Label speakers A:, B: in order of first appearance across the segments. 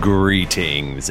A: Greetings,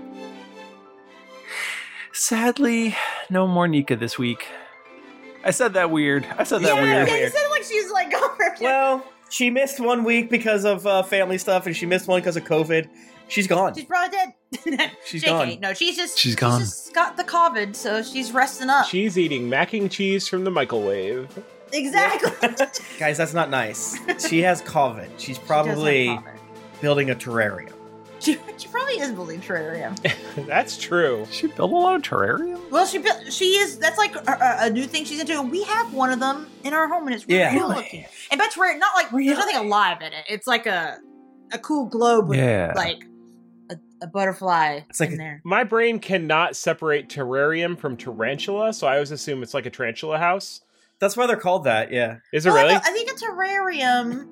A: Sadly, no more Nika this week. I said that weird. I said that weird.
B: Yeah, you
C: It sounded like she was like over.
B: Well, she missed one week because of uh, family stuff, and she missed one because of COVID. She's gone.
C: she's probably dead.
B: She's
D: JK,
B: gone.
D: No, she's just
E: She's gone.
D: She's just got the COVID, so she's resting up.
F: She's eating mac and cheese from the microwave.
C: Exactly.
B: Guys, that's not nice. She has COVID. She's probably
D: She, does have
B: building a terrarium.
D: COVID. she probably is building terrarium.
F: That's true.
A: She built a lot of terrarium?
D: well, she built- she is. That's like a, a- a new thing she's into. and We have one of them in our home, and it's really
B: Yeah.
D: cool looking. And that's rare. Not like there's nothing alive in it. It's like a a cool globe with
A: Yeah.
D: like a, a butterfly
B: It's like
D: in
B: a-
D: there.
F: My brain cannot separate terrarium from tarantula, so I always assume it's like a tarantula house.
B: That's why they're called that, yeah.
F: Is it
D: Well, I
F: really?
D: don't- I, think a terrarium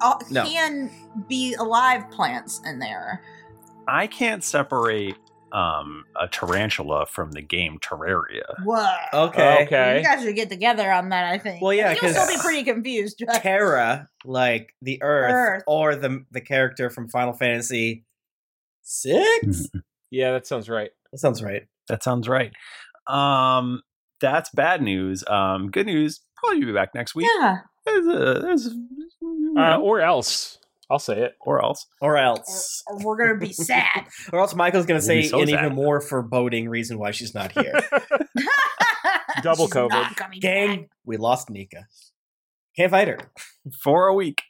D: uh,
B: No.
D: can be alive plants in there.
A: I can't separate um, a tarantula from the game Terraria.
D: Whoa.
B: Okay.
D: You
F: Okay.
D: guys should get together on that, I think.
B: Well, yeah,
D: You'll still
B: 'cause-
D: be pretty confused.
B: Terra, like the Earth,
D: Earth.
B: or the the character from Final Fantasy Six.
F: Yeah, that sounds right.
B: That sounds right.
A: That sounds right. Um, that's bad news. Um, good news, probably be back next week.
D: yeah.
A: There's a, there's, you
F: Uh,
A: know,
F: or else. I'll say it.
A: or else.
B: Or
D: Or,
B: else,
D: or we're going to be sad.
B: or else Michael's going to
A: We'll
B: say
A: be so
B: an
A: sad.
B: even more foreboding reason why she's not here.
F: Double
D: She's
F: COVID.
D: not coming
B: Gang, we lost Nika. Can't fight her.
A: for a week.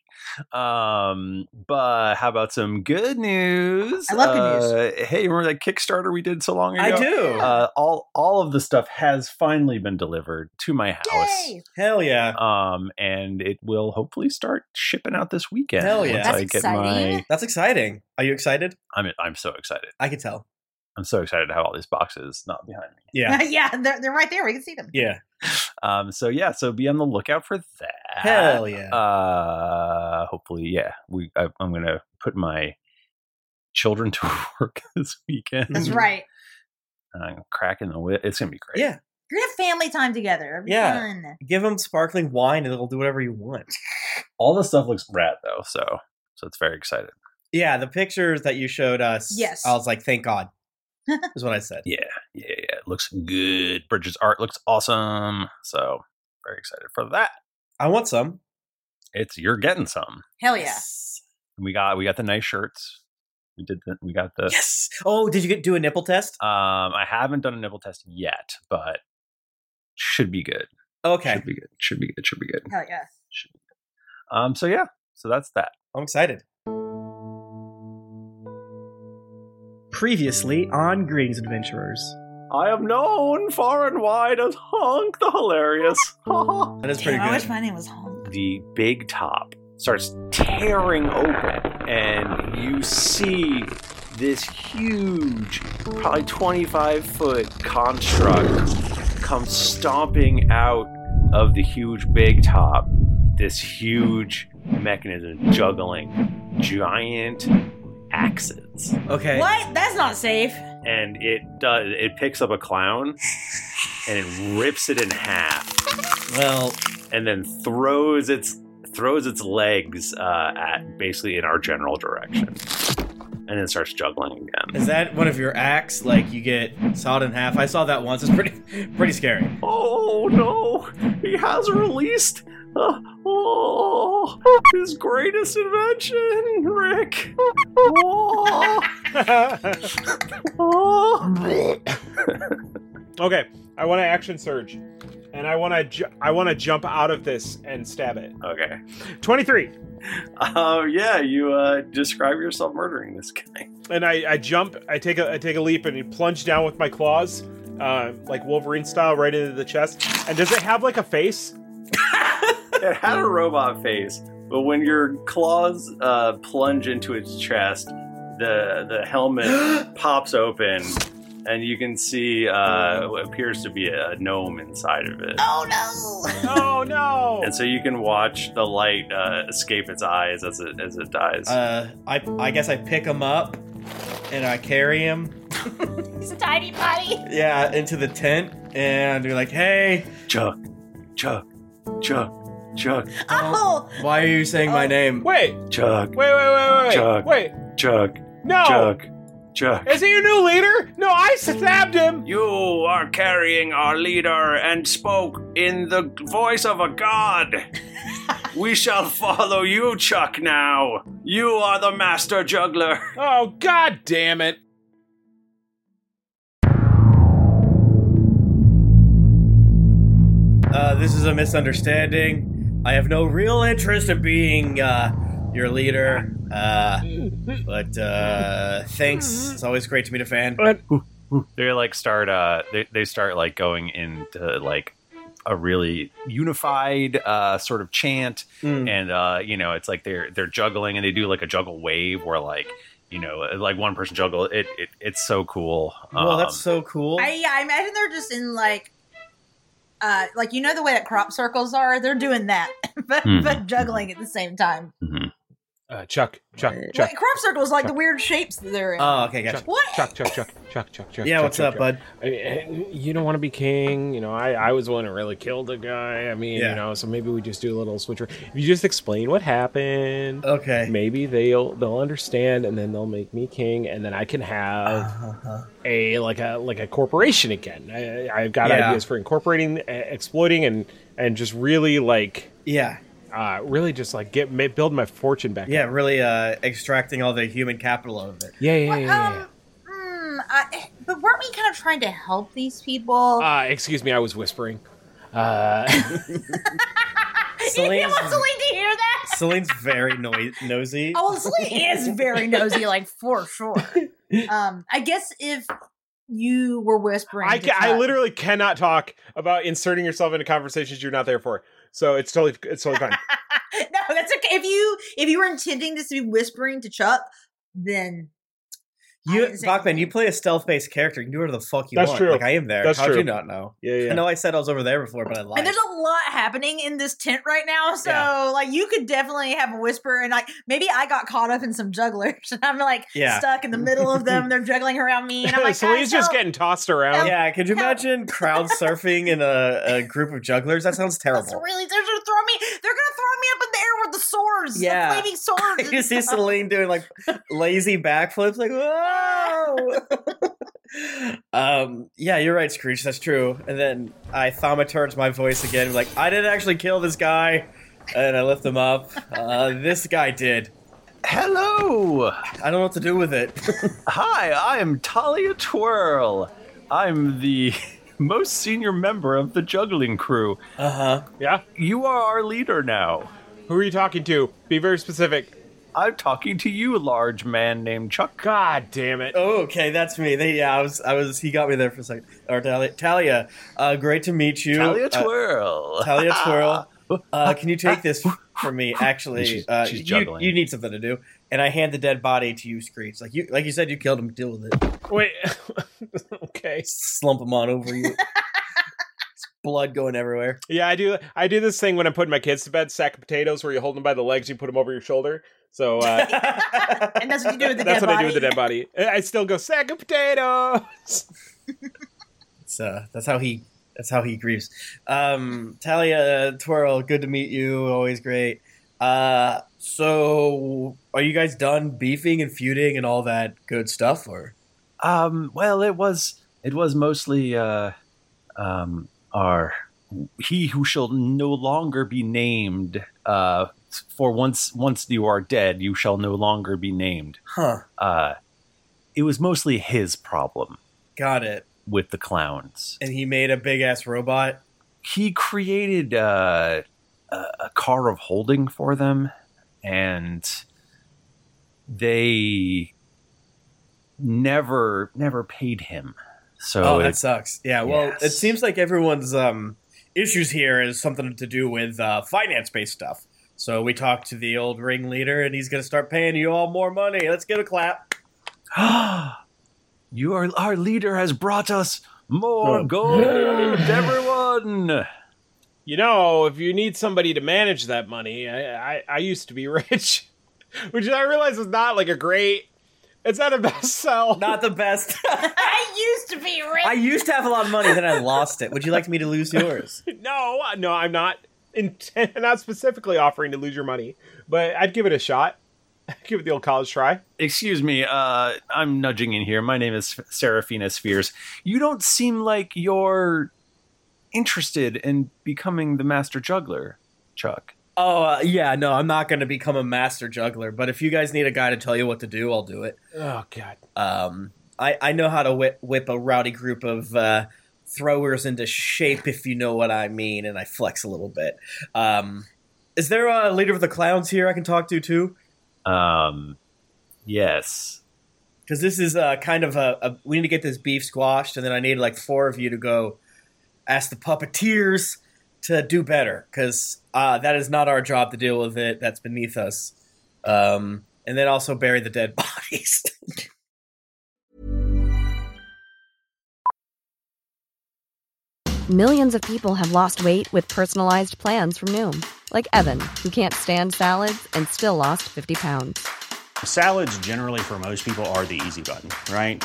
A: Um, but how about some good news?
D: I love
A: good news. Hey, remember that Kickstarter we did so long ago?
B: I do.
A: Uh, all all of the stuff has finally been delivered to my house.
D: Yay!
B: Hell yeah.
A: Um, and it will hopefully start shipping out this weekend.
B: Hell yeah.
A: once
D: That's
A: I get
D: exciting.
A: my,
B: That's exciting. Are you excited?
A: I'm I'm so excited.
B: I can tell.
A: I'm so excited to have all these boxes not behind me.
B: Yeah.
D: yeah, they're, they're right there. We can see them.
B: Yeah.
A: Um, so yeah, so be on the lookout for that.
B: Hell yeah.
A: uh hopefully yeah we I, i'm gonna put my children to work this weekend
D: That's
B: Mhm.
D: right.
A: i'm cracking the whip it's gonna be great
B: yeah.
D: You're going to have family time together. It'll be
B: Yeah.
D: fun.
B: Give them sparkling wine and they'll do whatever you want.
A: all the stuff looks rad though so so it's very excited
B: Yeah. The pictures that you showed us.
D: Yes.
B: I was like, thank God, is what I said.
A: yeah yeah yeah it looks good bridges art looks awesome so very excited for that
B: I want some.
A: it's you're getting some
D: Hell yeah.
A: we got we got the nice shirts we did the, we got the
B: Yes. Oh, did you get do a nipple test?
A: um i haven't done a nipple test yet but should be good
B: Okay.
A: should be good should be good should be good
D: Hell yeah.
A: Um, so yeah, so that's that.
B: I'm excited. Previously on Greetings Adventurers.
A: I am known far and wide as Honk the Hilarious.
B: That is pretty
D: Damn, I wish
B: good.
D: my name was Home.
A: the big top starts tearing open, and you see this huge, probably 25 foot construct come stomping out of the huge big top. This huge mechanism juggling giant axes.
B: Okay.
D: What? That's not safe.
A: and it does it picks up a clown and it rips it in half
B: Well,
A: and then throws its throws its legs uh, at basically in our general direction and then starts juggling again
B: is that one of your acts? Like you get sawed in half? I saw that once. It's pretty, pretty scary.
A: oh no he has released uh, oh his greatest invention rick oh, oh.
F: okay, I want to action surge, and I want to ju- I want to jump out of this and stab it.
A: okay
F: Twenty three.
G: Oh,
A: um, yeah you uh, describe yourself murdering this guy
F: and I, I jump, I take a I take a leap and plunge down with my claws, uh, like Wolverine style, right into the chest. And does it have like a face?
A: It had a robot face, but when your claws uh, plunge into its chest,
G: the the helmet pops open, and you can see uh, what appears to be a gnome inside of it.
H: Oh no!
I: Oh no!
G: And so you can watch the light uh, escape its eyes as it as it dies.
B: Uh, I I guess I pick him up and I carry him.
H: He's a tiny potty.
B: Yeah, into the tent and be like, hey,
G: Chuck, Chuck, Chuck, Chuck,
H: Oh,
B: why are you saying my name?
I: Wait,
G: Chuck,
I: wait, wait, wait, wait,
G: Chuck.
I: wait!
G: Chuck,
I: No,
G: Chuck, Chuck.
I: is he your new leader? No, I stabbed him.
G: You are carrying our leader and spoke in the voice of a god. we shall follow you, Chuck, now. You are the master juggler.
I: Oh god damn it!
B: Uh, this is a misunderstanding. I have no real interest in being uh, your leader. Uh, but uh, thanks. It's always great to meet a fan.
A: They like start uh they, they start like going into like a really unified uh sort of chant
B: Mm.
A: and uh you know it's like they're they're juggling and they do like a juggle wave where like you know like one person juggle it, it it's so cool.
G: Um,
B: Well, that's so cool.
D: I, yeah, I imagine they're just in like, uh, like you know the way that crop circles are. They're doing that, but
A: Mhm.
D: but juggling at the same time.
I: Uh, Chuck, Chuck,
D: Wait,
I: Chuck,
D: crop circles like the weird shapes that they're in.
B: oh, okay, gotcha.
D: what?
I: Chuck, Chuck, Chuck, Chuck, Chuck, Chuck.
B: Yeah,
I: Chuck,
B: what's
I: Chuck,
B: up,
I: Chuck.
B: bud?
F: I mean, eh, you don't want to be king. You know, I, I was the one who really killed a guy. I mean,
B: Yeah.
F: you know, so maybe we just do a little switcher. If you just explain what happened,
B: Okay.
F: maybe they'll they'll understand, and then they'll make me king, and then I can have
B: Uh-huh.
F: a like a like a corporation again. I, I've got
B: Yeah.
F: ideas for incorporating, uh, exploiting, and and just really like
B: Yeah,
F: uh really just like get ma- build my fortune back.
B: yeah,
F: up.
B: really uh, extracting all the human capital out of it.
F: yeah, yeah, yeah. yeah, yeah.
D: Um, mm, I, but weren't we kind of trying to help these people?
F: Uh, excuse me, I was whispering. Uh,
D: you didn't
B: Celine's,
D: want Celine to hear that.
B: Celine's very noi- nosy.
D: Oh, well, Celine is very nosy, like for sure. Um, I guess if you were whispering,
I: I,
D: to
I: ca- I
D: Chuck-
I: literally cannot talk about inserting yourself into conversations you're not there for. So it's totally it's totally fine.
D: no, that's okay. If you if you were intending this to be whispering to Chuck, then I
B: You,
D: didn't say-
B: Bachman, you play a stealth-based character. You can do whatever the fuck you
I: That's
B: want.
I: true.
B: Like I am there.
I: That's
B: How'd
I: true.
B: you not know?
I: Yeah, yeah.
B: I know I said I was over there before, but I lied.
D: and there's a lot happening in this tent right now. So
B: Yeah.
D: like you could definitely have a whisper and like maybe I got caught up in some jugglers and I'm like
B: Yeah.
D: stuck in the middle of them. They're juggling around me and I'm like,
I: Celine's
D: "Guys,
I: just
D: help."
I: getting tossed around.
B: yeah, could you imagine crowd surfing in a, a group of jugglers? That sounds
D: That's
B: terrible.
D: really they're gonna throw me. They're gonna throw me up in the air with the swords,
B: Yeah.
D: the flaming swords.
B: you
D: and
B: see
D: stuff.
B: Celine doing like lazy backflips, like whoa. um, yeah, you're right, Screech. That's true. And then I thaumaturge my voice again, like I didn't actually kill this guy, and I lift him up. Uh, this guy did.
A: Hello.
B: I don't know what to do with it.
A: Hi, I am Talia Twirl. I'm the most senior member of the juggling crew.
B: uh huh.
I: Yeah.
A: You are our leader now.
I: Who are you talking to? Be very specific.
A: I'm talking to you, large man named Chuck.
I: God damn it.
B: Oh, okay, that's me. They, yeah, I was, I was. He got me there for a second. Or Talia, Talia uh, great to meet you.
A: Talia
B: Uh,
A: Twirl.
B: Talia Twirl, uh, can you take this from me? Actually,
A: She's-
B: uh,
A: she's
B: you-
A: juggling.
B: You, need something to do, and I hand the dead body to you, Screech. Like you, like you said, you killed him. Deal with it.
I: Wait. okay.
B: Slump him on over you. Blood going everywhere.
I: Yeah, I do I do this thing when I'm putting my kids to bed, sack of potatoes where you hold them by the legs, you put them over your shoulder. So uh
D: and that's what you do with the
I: that's
D: dead
I: what I do
D: body.
I: with the dead body. And I still go sack of potatoes.
B: It's, uh, that's how he. That's how he grieves. Um, Talia Twirl, good to meet you. Always great. Uh, so, are you guys done beefing and feuding and all that good stuff, or?
A: Um, well, it was it was mostly uh, um, our he who shall no longer be named. Uh, for once, once you are dead, you shall no longer be named.
B: Huh.
A: Uh, it was mostly his problem
B: Got it.
A: with the clowns.
B: And he made a big ass robot.
A: he created uh, a, a car of holding for them, and they never never paid him. So
B: Oh, that
A: it,
B: sucks. Yeah. Well, it
A: Yes.
B: seems like everyone's um, issues here is something to do with uh, finance based stuff. So we talked to the old ringleader, and he's going to start paying you all more money. Let's get a clap.
A: you are our leader has brought us more
F: Oh.
A: gold, everyone.
J: You know, if you need somebody to manage that money, I I, I used to be rich, which I realize is not like a great. It's not a best sell.
B: Not the best.
D: I used to be rich.
B: I used to have a lot of money, then I lost it. Would you like me to lose yours?
J: no,
F: Uh, No, I'm not intent, not specifically offering to lose your money, but I'd give it a shot. give it the old college try.
A: Excuse me, uh, I'm nudging in here. My name is Seraphina Spheres. You don't seem like you're interested in becoming the master juggler, Chuck.
B: Oh uh, yeah, no, I'm not going to become a master juggler. But if you guys need a guy to tell you what to do, I'll do it.
J: Oh God.
B: Um, I I know how to whip whip a rowdy group of uh, throwers into shape, if you know what I mean. And I flex a little bit. Um, is there a leader of the clowns here I can talk to too?
A: Um, yes.
B: Because this is uh, kind of a, a we need to get this beef squashed, and then I need like four of you to go ask the puppeteers to do better. Because uh, that is not our job to deal with it. That's beneath us. Um, and then also bury the dead bodies.
K: Millions of people have lost weight with personalized plans from Noom, like Evan, who can't stand salads and still lost 50 pounds.
L: Salads, generally, for most people, are the easy button, right?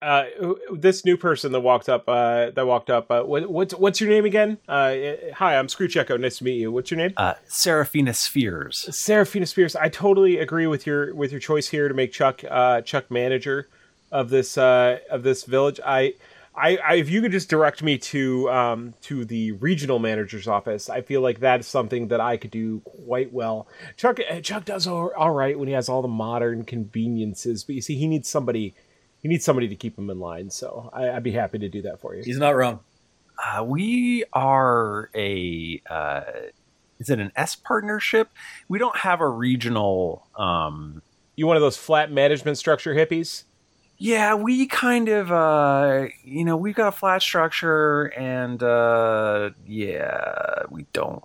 F: Uh, who- this new person that walked up, uh, that walked up. Uh, what, what's what's your name again? Uh, eh, hi, I'm Screw Checo. Nice to meet you. What's your name?
A: Uh, Seraphina Spheres.
F: Seraphina Spears, I totally agree with your with your choice here to make Chuck uh, Chuck manager of this uh, of this village. I, I, I if you could just direct me to um, to the regional manager's office, I feel like that's something that I could do quite well. Chuck uh, Chuck does all, all right when he has all the modern conveniences, but you see, he needs somebody he needs somebody to keep him in line. So I, I'd be happy to do that for you.
B: He's not wrong.
A: Uh, we are a uh, is it an S partnership? We don't have a regional. Um,
F: you one of those flat management structure hippies?
A: Yeah, we kind of uh, you know we've got a flat structure, and uh, yeah, we don't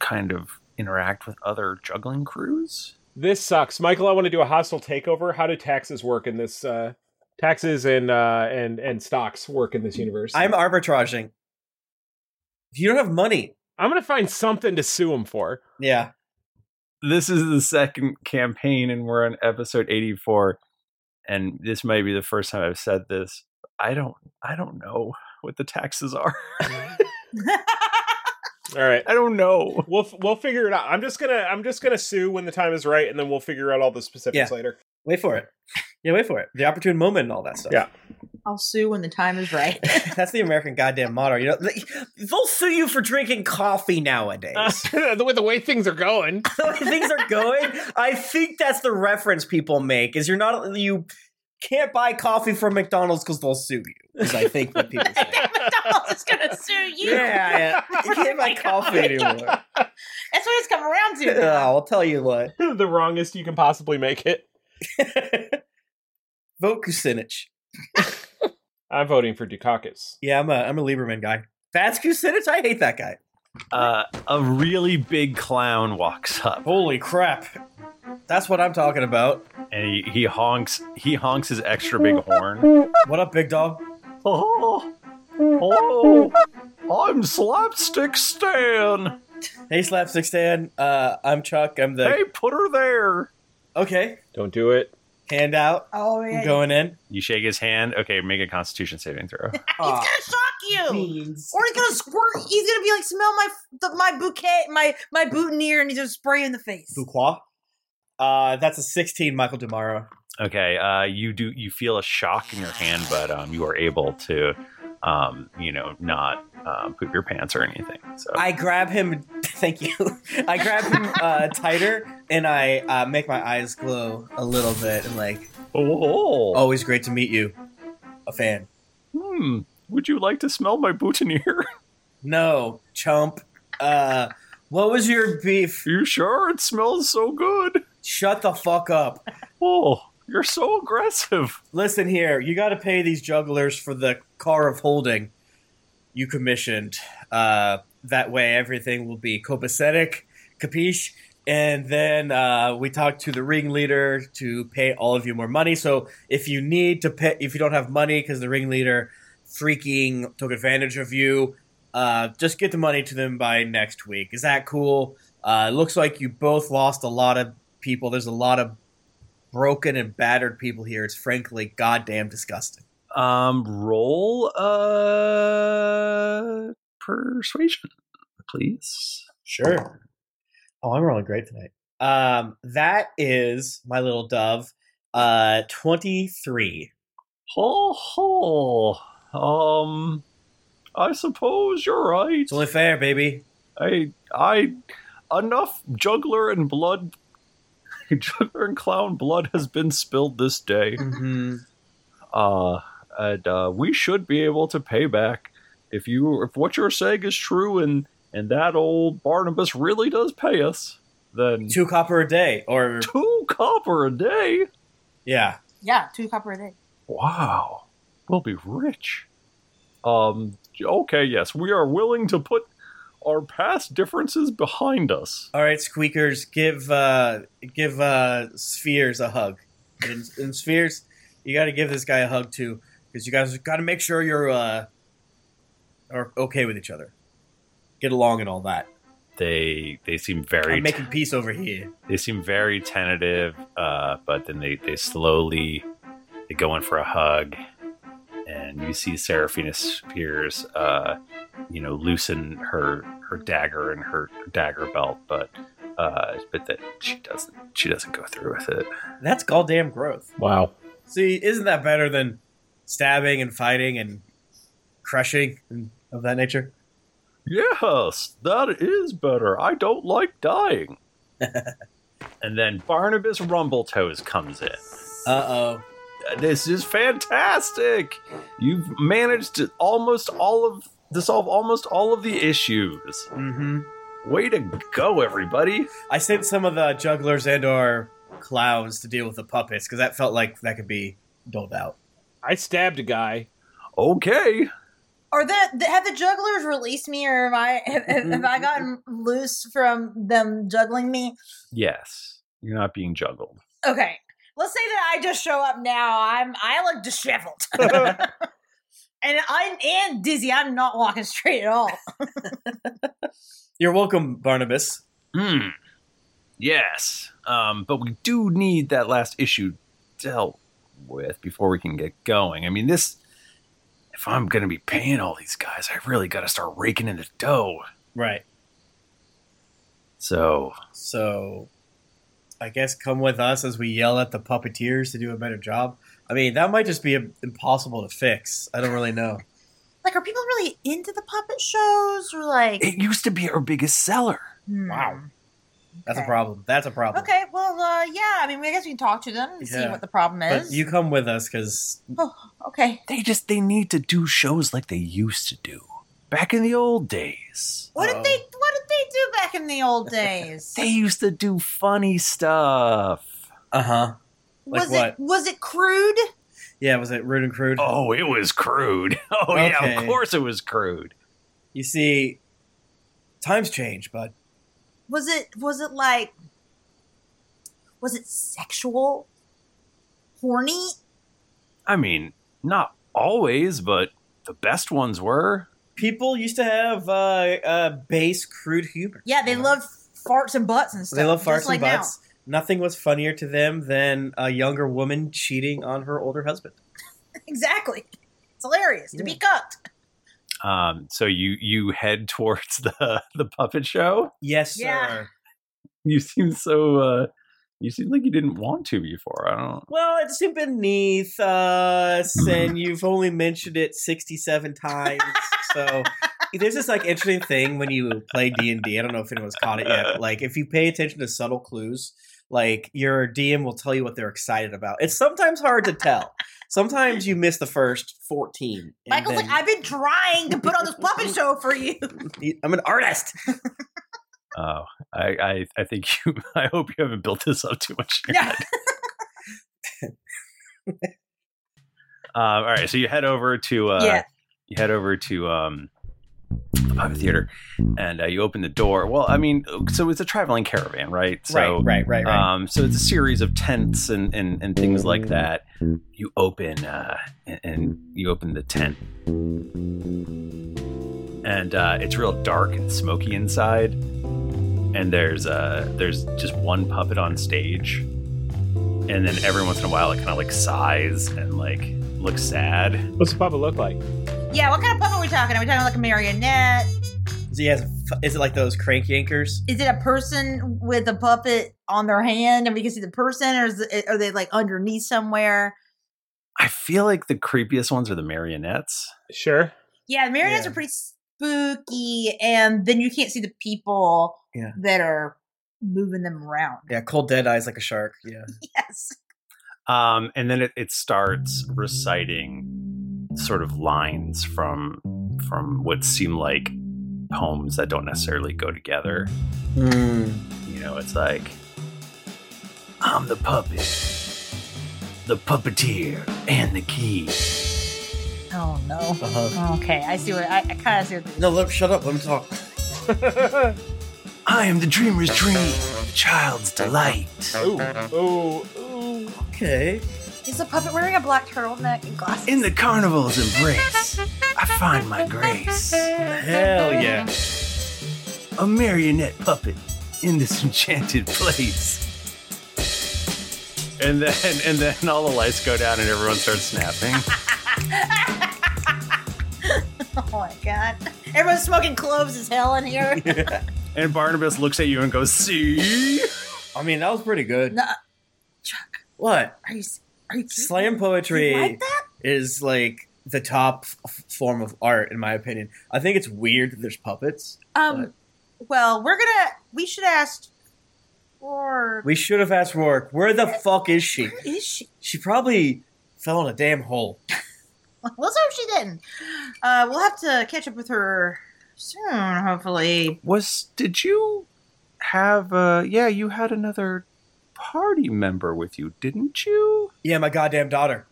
A: kind of interact with other juggling crews.
F: This sucks, Michael. I want to do a hostile takeover. How do taxes work in this? Uh, taxes and uh, and and stocks work in this universe.
B: I'm arbitraging. If you don't have money,
F: I'm gonna find something to sue him for.
B: Yeah.
A: This is the second campaign, and we're on episode eighty-four. And this might be the first time I've said this. I don't, I don't know what the taxes are.
F: All right,
A: I don't know.
F: We'll f- we'll figure it out. I'm just gonna I'm just gonna sue when the time is right, and then we'll figure out all the specifics
B: Yeah.
F: later.
B: Wait for it. Yeah, wait for it. The opportune moment and all that stuff.
F: Yeah.
M: I'll sue when the time is right.
B: That's the American goddamn motto. You know, they, they'll sue you for drinking coffee nowadays.
J: the way the way things are going,
B: the way things are going, I think that's the reference people make. Is you're not you can't buy coffee from McDonald's because they'll sue you. Is I think what people say.
D: McDonald's is gonna sue you.
B: Yeah, yeah. You can't buy coffee anymore.
D: That's what it's come around to.
B: Yeah, I'll tell you what.
J: the wrongest you can possibly make it.
B: Vote Kucinich.
J: I'm voting for Dukakis.
B: Yeah, I'm a I'm a Lieberman guy. That's Kucinich. I hate that guy.
A: Uh, a really big clown walks up.
B: Holy crap! That's what I'm talking about.
A: And he, he honks. He honks his extra big horn.
B: What up, big dog?
N: Oh, oh, I'm Slapstick Stan.
B: Hey, Slapstick Stan. Uh, I'm Chuck. I'm the.
N: Hey, put her there.
B: Okay.
J: Don't do it.
B: Hand out.
M: Oh,
B: I'm going in.
A: You shake his hand. Okay, make a Constitution saving throw.
B: Aw.
D: He's gonna shock you, or he's gonna squirt. He's gonna be like, smell my the, my bouquet, my my boutonniere, and he's gonna spray you in the face.
B: Duqua. Uh, that's a 16, Michael Demaro.
A: Okay, uh, you do. You feel a shock in your hand, but um, you are able to, um, you know, not um, poop your pants or anything. So
B: I grab him. Thank you. I grab him uh, tighter and I uh, make my eyes glow a little bit and like.
A: Oh.
B: Always great to meet you. A fan.
A: Hmm. Would you like to smell my boutonniere?
B: No, chump. Uh, what was your beef?
N: You sure it smells so good?
B: Shut the fuck up.
N: Oh, you're so aggressive.
B: Listen here, you got to pay these jugglers for the car of holding you commissioned. Uh, that way, everything will be copacetic, capiche? And then uh, we talked to the ringleader to pay all of you more money. So if you need to pay, if you don't have money because the ringleader freaking took advantage of you, uh, just get the money to them by next week. Is that cool? Uh, it looks like you both lost a lot of people. There's a lot of broken and battered people here. It's frankly goddamn disgusting.
A: Um, roll uh persuasion, please.
B: Sure. Oh, I'm rolling great tonight. Um, that is my little dove. Uh, twenty three.
N: Ho ho. Um, I suppose you're right. It's
B: only fair, baby.
N: I, I, enough juggler and blood, juggler and clown blood has been spilled this day.
B: Mm-hmm.
N: Uh, and uh, we should be able to pay back if you if what you're saying is true and and that old Barnabas really does pay us. Then
B: Two copper a day, or
N: two copper a day.
B: yeah,
M: yeah, two copper a day.
N: Wow, we'll be rich. Um. Okay. Yes, we are willing to put our past differences behind us.
B: All right, squeakers, give uh give uh spheres a hug. And, and spheres, you got to give this guy a hug too, because you guys got to make sure you're uh are okay with each other, get along and all that.
A: They they seem very
B: I'm making peace over here.
A: they seem very tentative, uh, but then they, they slowly they go in for a hug, and you see Seraphina Spears, uh, you know, loosen her her dagger and her dagger belt, but uh, but that she doesn't she doesn't go through with it.
B: That's goddamn growth.
J: Wow.
B: See, isn't that better than stabbing and fighting and crushing and of that nature?
N: Yes, that is better. I don't like dying.
A: And then Barnabas Rumbletoes comes in.
B: Uh oh.
N: This is fantastic. You've managed to almost all of to solve almost all of the issues.
B: Mm-hmm.
N: Way to go, everybody!
B: I sent some of the jugglers and or clowns to deal with the puppets because that felt like that could be doled out.
J: I stabbed a guy.
N: Okay.
M: Are the, the have the jugglers released me, or am I have, have, have I gotten loose from them juggling me?
A: Yes, you're not being juggled.
M: Okay, let's say that I just show up now. I'm I look disheveled, and I'm and dizzy. I'm not walking straight at all.
B: You're welcome, Barnabas.
A: Hmm. Yes. Um, but we do need that last issue dealt with before we can get going. I mean, this. If I'm going to be paying all these guys, I really got to start raking in the dough.
B: Right.
A: So,
B: So I guess come with us as we yell at the puppeteers to do a better job. I mean, that might just be im- impossible to fix. I don't really know.
D: Like, are people really into the puppet shows, or like?
B: It used to be our biggest seller.
M: hmm.
D: Wow.
B: That's a problem. That's a problem.
D: Okay, well, uh, yeah. I mean, I guess we can talk to them and see
B: Yeah.
D: what the problem
B: But
D: is.
B: you come with us because
D: oh, okay.
A: They just they need to do shows like they used to do back in the old days.
D: What did they? What did they do back in the old days?
A: They used to do funny stuff.
B: Uh huh. Like
D: was
B: what?
D: it was it crude?
B: Yeah, was it rude and crude?
A: Oh, it was crude. Oh yeah, of
B: Okay.
A: course it was crude.
B: You see, times change, bud.
D: Was it was it like? Was it sexual? Horny?
A: I mean, not always, but the best ones were.
B: People used to have uh, uh, base crude humor.
D: Yeah, they love farts and butts and stuff.
B: They love
D: just
B: farts
D: like
B: and butts. Nothing was funnier to them than a younger woman cheating on her older husband.
D: Now. Exactly. It's hilarious to be cucked.
A: Um, so you you head towards the the puppet show.
B: Yes,
D: Yeah.
B: sir.
A: You seem so. uh You seem like you didn't want to before. I don't.
B: Well, it's too beneath us, and you've only mentioned it sixty-seven times. So there's this like interesting thing when you play D and I don't know if anyone's caught it yet. But, like if you pay attention to subtle clues, like your DM will tell you what they're excited about. It's sometimes hard to tell. Sometimes you miss the first fourteen. and
D: Michael's
B: then-
D: like, I've been trying to put on this puppet show for you.
B: I'm an artist.
A: Oh, I I, I think you. I hope you haven't built this up too much. in your
D: Yeah.
A: head. um, all right, so you head over to uh,
O: Yeah.
A: you head over to um, the puppet theater, and uh, you open the door. Well, I mean, uh, so it's a traveling caravan, right? So,
B: Right, right, right, right.
A: Um, so it's a series of tents and and, and things like that. You open uh, and, and you open the tent, and uh, it's real dark and smoky inside. And there's uh, there's just one puppet on stage and then every once in a while it kind of like sighs and like looks sad.
F: What's the puppet look like?
D: Yeah, what kind of puppet are we talking? Are we talking like a marionette?
B: So he has. Is it like those crank yankers?
D: Is it a person with a puppet on their hand and we can see the person, or is it, are they like underneath somewhere?
A: I feel like the creepiest ones are the marionettes.
F: Sure.
D: Yeah, the marionettes
A: Yeah.
D: are pretty spooky, and then you can't see the people
B: Yeah.
D: that are moving them around.
B: Yeah, cold dead eyes like a shark. Yeah.
D: Yes.
A: Um, and then it, it starts reciting sort of lines from from what seem like poems that don't necessarily go together. You know, it's like I'm the puppet, the puppeteer, and the key.
D: Oh no.
A: Uh-huh.
D: Okay, I see what I, I kind of see what.
B: No, look, shut up. Let me talk.
A: I am the dreamer's dream, the child's delight.
F: Oh,
B: Okay.
D: Is the puppet wearing a black turtleneck and glasses?
A: In the carnival's embrace, I find my grace. Hell
B: yeah.
A: A marionette puppet in this enchanted place. And then and then all the lights go down and everyone starts snapping.
D: oh my god! Everyone's smoking cloves as hell in here.
A: and Barnabas looks at you and goes, "See?"
B: I mean, that was pretty good.
D: No,
B: What?
D: Are you? Are you
B: Slam poetry
D: You like that?
B: is like the top f- form of art, in my opinion. I think it's weird that there's puppets.
D: Um. Well, we're gonna. We should ask. Or
B: We should have asked Rourke, where the fuck is she?
D: is she?
B: She probably fell in a damn hole.
D: Let's hope she didn't. Uh, we'll have to catch up with her soon, hopefully.
A: Was did you have uh yeah, you had another party member with you, didn't you?
B: Yeah, my goddamn daughter.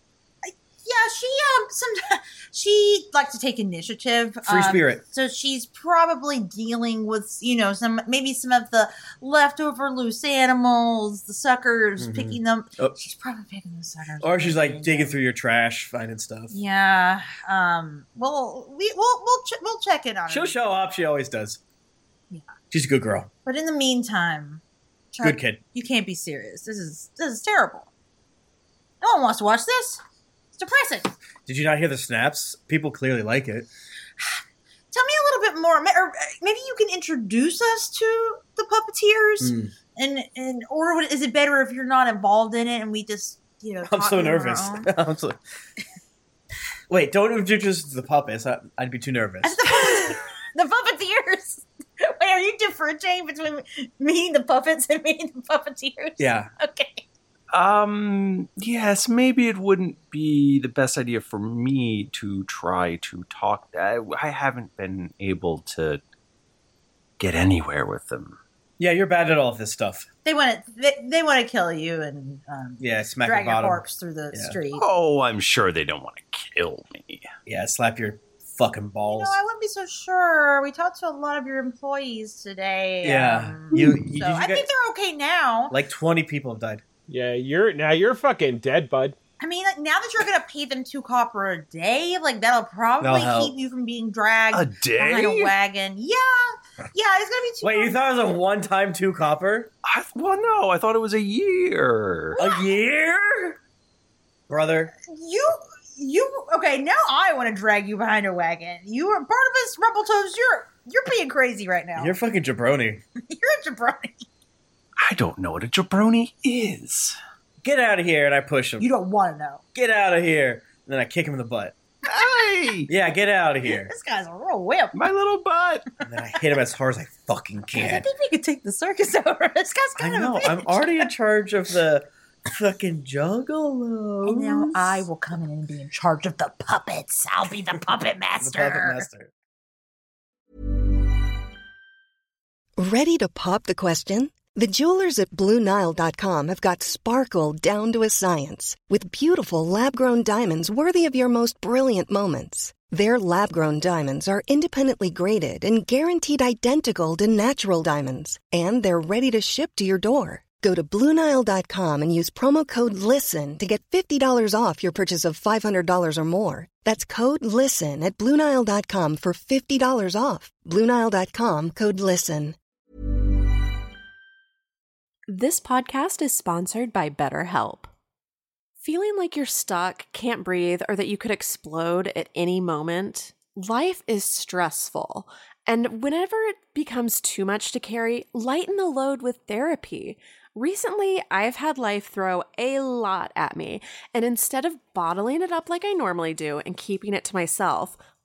D: Yeah, she um, some she likes to take initiative.
B: Free
D: um,
B: spirit.
D: So she's probably dealing with you know some maybe some of the leftover loose animals, the suckers,
B: Mhm.
D: picking them.
B: Oh.
D: She's probably picking the suckers.
B: Or she's like digging through your trash, finding stuff.
D: Yeah. Um. Well, we we'll we'll, ch- we'll check in on
B: She'll
D: her.
B: show up. She always does. She's a good girl.
D: But in the meantime,
B: Good
D: Chuck,
B: kid.
D: You can't be serious. This is this is terrible. No one wants to watch this. It's depressing.
B: Did you not hear the snaps? People clearly like it.
G: Hmm.
D: Tell me a little bit more. ma- Or uh, maybe you can introduce us to the puppeteers and and or would- is it better if you're not involved in it and we just you know?
G: I'm
D: talk
G: so
D: on our
G: nervous.
D: own?
G: I'm so... Wait, don't introduce us to the puppets. I, I'd be too nervous.
P: The puppeteers. Wait, are you differentiating between me, the puppets, and me, the puppeteers?
A: Yeah.
P: Okay.
A: Um, yes, maybe it wouldn't be the best idea for me to try to talk. I, I haven't been able to get anywhere with them.
G: Yeah, you're bad at all of this stuff.
D: They want to they, they want to kill you and um,
G: Yeah, smack
D: drag
G: your
D: your
G: bottom.
D: corpse through the street.
A: Oh, I'm sure they don't want to kill me.
G: Yeah, slap your fucking balls.
D: No, I wouldn't be so sure. We talked to a lot of your employees today.
G: yeah,
D: um,
G: you. you, you
D: so I
G: got-
D: think they're okay now.
G: like 20 people have died.
F: Yeah, you're now you're fucking dead, bud.
D: I mean, like, now that you're gonna pay them two copper a day, like that'll probably
G: help.
D: keep you from being dragged
G: A day?
D: behind a wagon. Yeah, yeah, it's gonna be two.
G: Wait, you thought it was a one-time two copper?
A: I, well, no, I thought it was a year.
G: A year, brother.
D: you you okay? Now I want to drag you behind a wagon. You are Barnabas Rumble Toes. You're you're being crazy right now.
G: You're fucking jabroni.
D: you're a jabroni.
A: I don't know what a jabroni is.
G: Get out of here! And I push him.
D: You don't want to know.
G: Get out of here! And then I kick him in the butt.
A: Hey!
G: Yeah, get out of here!
D: This guy's a real whip.
A: My little butt.
G: And then I hit him as hard as I fucking
D: I
G: can.
D: think we could take the circus over. This guy's kind
G: I
D: of.
G: know.
D: a bitch.
G: I'm already in charge of the fucking juggalo.
D: And now I will come in and be in charge of the puppets. I'll be the puppet master.
G: master.
Q: Ready to pop the question? The jewelers at BlueNile.com have got sparkle down to a science with beautiful lab grown diamonds worthy of your most brilliant moments. Their lab grown diamonds are independently graded and guaranteed identical to natural diamonds, and they're ready to ship to your door. Go to BlueNile.com and use promo code LISTEN to get $50 off your purchase of $500 or more. That's code LISTEN at BlueNile.com for $50 off. BlueNile.com code LISTEN.
R: This podcast is sponsored by BetterHelp. Feeling like you're stuck, can't breathe, or that you could explode at any moment? Life is stressful. And whenever it becomes too much to carry, lighten the load with therapy. Recently, I've had life throw a lot at me, and instead of bottling it up like I normally do and keeping it to myself,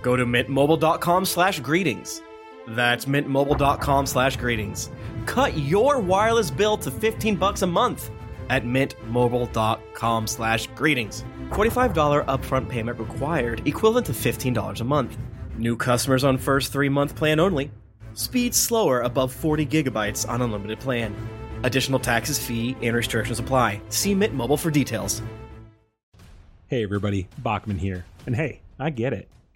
B: go to mintmobile.com slash greetings. That's mintmobile.com slash greetings. Cut your wireless bill to 15 bucks a month.
S: at mintmobile.com slash greetings. $45 upfront payment required, equivalent to $15 a month. New customers on first three-month plan only. Speed slower above 40 gigabytes on unlimited plan. Additional taxes, fee, and restrictions apply. See Mint Mobile for details.
F: Hey, everybody, Bachman here. And hey, I get it.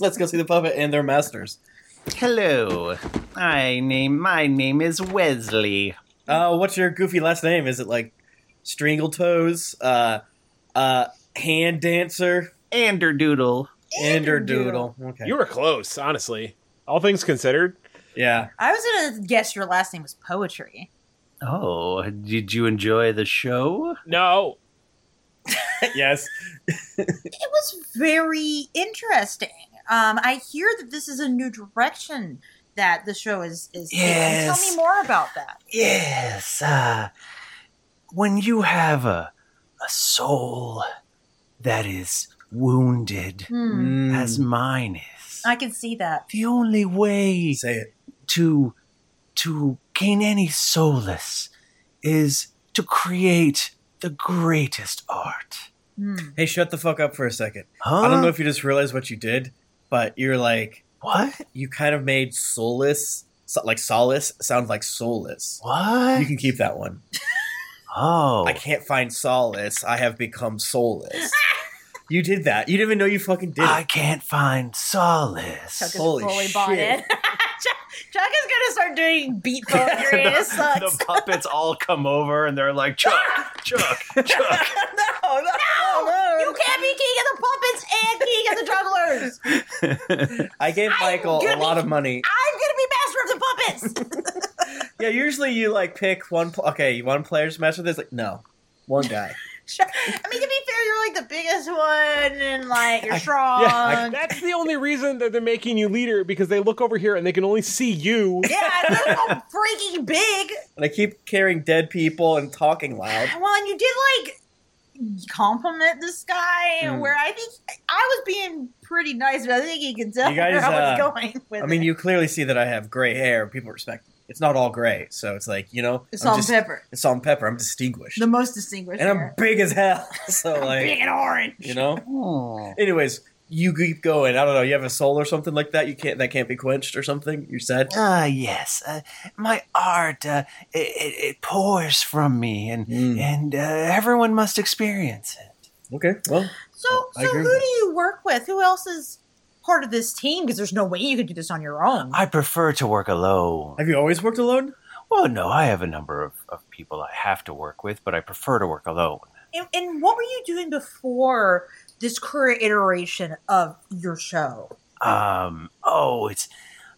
B: Let's go see the puppet and their masters.
N: Hello. I name my name is Wesley.
B: Uh, what's your goofy last name? Is it like Strangle Toes? Uh, uh, Hand Dancer?
N: Anderdoodle.
B: Anderdoodle. Okay.
G: You were close, honestly. All things considered.
B: Yeah.
D: I was gonna guess your last name was poetry.
N: Oh, did you enjoy the show?
G: No.
B: yes.
D: It was very interesting. Um, I hear that this is a new direction that the show is is taking.
N: Yes.
D: Tell me more about that.
N: Yes. Uh, when you have a a soul that is wounded
D: Hmm.
N: as mine is,
D: I can see that.
N: the only way to to gain any solace is to create the greatest art.
B: Hey, shut the fuck up for a second.
N: Huh?
B: I don't know if you just realized what you did, but you're like,
N: what?
B: You kind of made solace, so- like solace, sound like soulless.
N: What?
B: You can keep that one.
N: Oh.
B: I can't find solace. I have become soulless. you did that. You didn't even know you fucking did.
N: I can't find solace.
D: Chuck is
B: Holy
D: fully bought in.
B: shit!
D: Chuck, Chuck is gonna start doing beat poetry.
N: the,
D: it sucks.
N: the puppets all come over and they're like, Chuck, Chuck, Chuck.
D: no, no, You can't be king of the puppets and king of the jugglers.
B: I gave Michael a
D: gonna
B: lot of money.
D: I'm gonna be master of the puppets.
B: Yeah, usually you like pick one. Pl- okay, one player's master. There's like no, one guy.
D: I mean, to be fair, you're like the biggest one, and like you're
G: I-
D: strong.
G: yeah, I- that's the only reason that they're making you leader because they look over here and they can only see you.
D: Yeah, they're all freaking big.
B: And I keep carrying dead people and talking loud.
D: Well, and you did like compliment this guy,
B: Mm.
D: where I think I was being pretty nice, but I think he could tell
B: You guys,
D: where I was
B: uh,
D: going with
B: I mean,
D: it.
B: you clearly see that I have gray hair. People respect. me. It's not all gray, so it's like you know,
D: It's
B: I'm
D: salt and
B: just-
D: pepper.
B: It's salt and pepper. I'm distinguished,
D: The most distinguished.
B: and I'm
D: hair.
B: big as hell. So like
D: big and orange.
B: you know. Anyways, you keep going. I don't know. You have a soul or something like that. You can't. That can't be quenched or something. You said.
N: Ah, yes. Uh, my art, uh, it, it, it pours from me, and and uh, everyone must experience it.
B: Mm. Okay, well, Oh,
D: So,
N: I
D: so
N: agree
D: who
N: with
D: do you work with? Who else is part of this team? Because there's no way you could do this on your own.
N: I prefer to work alone.
B: Have you always worked alone?
N: Well, no, I have a number of, of people I have to work with, but I prefer to work alone.
D: And, and what were you doing before this current iteration of your show?
N: Um, oh, it's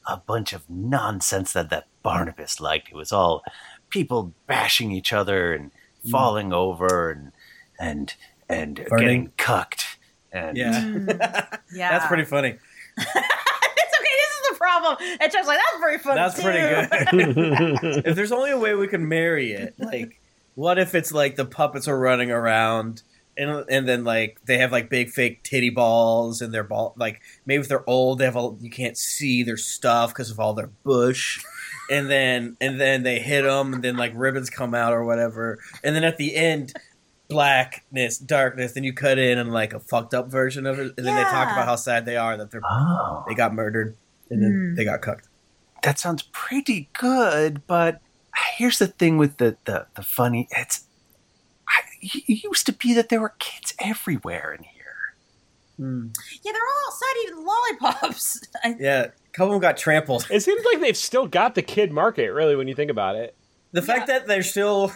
N: a bunch of nonsense that that Barnabas liked. It was all people bashing each other and
B: Mm.
N: falling over and and and
B: Burning.
N: getting cucked. And Hmm.
B: Yeah.
D: Mm. Yeah,
B: That's pretty funny.
D: it's okay. This is the problem. And Chuck's like, that's very funny.
B: That's
D: too.
B: pretty good. if there's only a way we can marry it, like, what if it's like the puppets are running around and and then like they have like big fake titty balls and they're ball like maybe if they're old they have all you can't see their stuff because of all their bush. And then and then they hit them and then like ribbons come out or whatever. And then at the end blackness, darkness, then you cut in and like a fucked up version of it and then they talk
N: Yeah.
B: about how sad they are that they're
N: Oh.
B: they got murdered and then
N: Mm.
B: they got cucked.
N: that sounds pretty good, but here's the thing with the the, the funny. It's I, it used to be that there were kids everywhere in here.
D: Yeah, they're all outside eating lollipops. I,
B: Hmm. Yeah, a couple of them got trampled.
F: It seems like they've still got the kid market, really, when you think about it.
B: The fact that they're still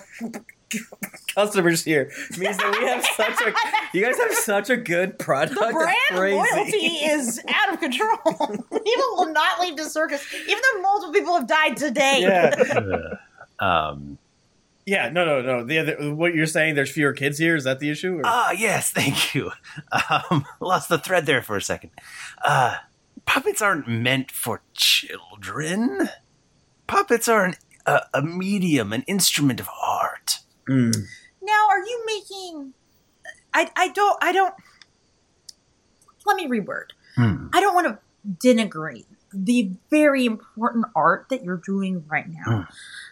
B: customers here means that we have such a you guys have such a good product.
D: the brand
B: That's crazy.
D: loyalty is out of control. people will not leave the circus, even though multiple people have died today.
B: Yeah.
N: um.
B: Yeah. No. No. No. The other, what you're saying? There's fewer kids here. Is that the issue? or-
N: Ah, yes, thank you. Um, lost the thread there for a second. Uh, puppets aren't meant for children. Puppets are an, a, a medium, an instrument of art.
D: Now, are you making? I I don't I don't. Let me reword.
N: Hmm.
D: I don't want to denigrate the very important art that you're doing right now.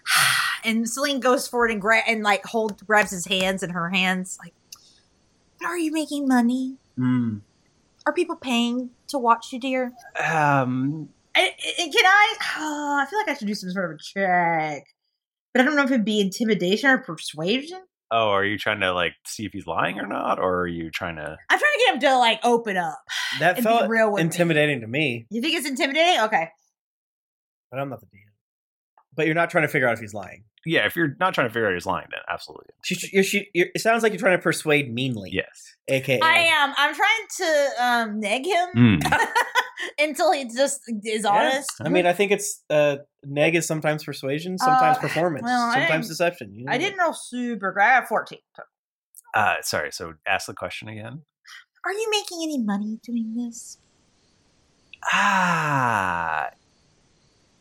D: and Celine goes forward and gra- and like hold grabs his hands in her hands. Like, but are you making money?
N: Mm.
D: Are people paying to watch you, dear?
N: Um,
D: And, and can I? I feel like I should do some sort of a check, but I don't know if it'd be intimidation or persuasion.
N: oh, are you trying to like see if he's lying or not, or are you trying to?
D: I'm trying to get him to like open up.
B: that
D: and
B: felt
D: be real with me.
B: intimidating to me,
D: You think it's intimidating? Okay.
B: but I'm not the DM. But you're not trying to figure out if he's lying.
N: Yeah, if you're not trying to figure out he's lying, then absolutely.
B: She, she, she- you're- it sounds like you're trying to persuade meanly.
N: Yes.
B: AKA.
D: I am. I'm trying to um, neg him
N: Hmm.
D: until he just is honest.
B: I mean, I think it's uh, neg is sometimes persuasion, sometimes
D: Uh,
B: performance,
D: well, I
B: sometimes
D: didn't-
B: deception. You
D: I
B: know?
D: didn't roll super great. I got 14.
N: Uh, sorry. So ask the question again.
D: Are you making any money doing this?
N: Ah,
D: Uh,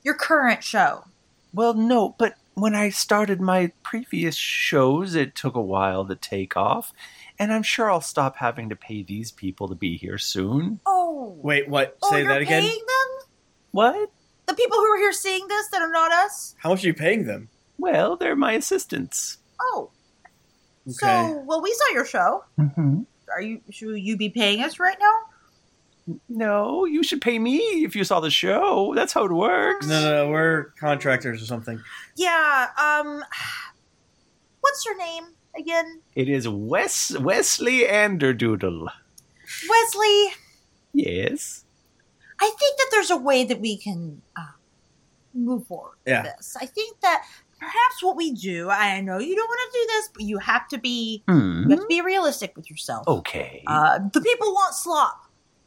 D: Your current show.
N: Well, no, but when I started my previous shows, it took a while to take off, and I'm sure I'll stop having to pay these people to be here soon.
D: Oh.
B: Wait, what?
D: Oh,
B: Say
D: you're
B: that again.
D: paying them?
N: What?
D: The people who are here seeing this that are not us?
B: How much are you paying them?
N: Well, they're my assistants.
D: Oh.
B: Okay.
D: So, well, we saw your show.
N: Mm-hmm.
D: Are you should you be paying us right now?
N: No, you should pay me if you saw the show. That's how it works.
B: No, no, no, we're contractors or something.
D: Yeah. Um What's your name again?
N: It is Wes Wesley Anderdoodle.
D: Wesley.
N: Yes.
D: I think that there's a way that we can uh, move forward
N: Yeah.
D: with this. I think that perhaps what we do, I know you don't want to do this, but you have to be you have to be realistic with yourself.
N: Oh. Okay.
D: Uh, the people want slop.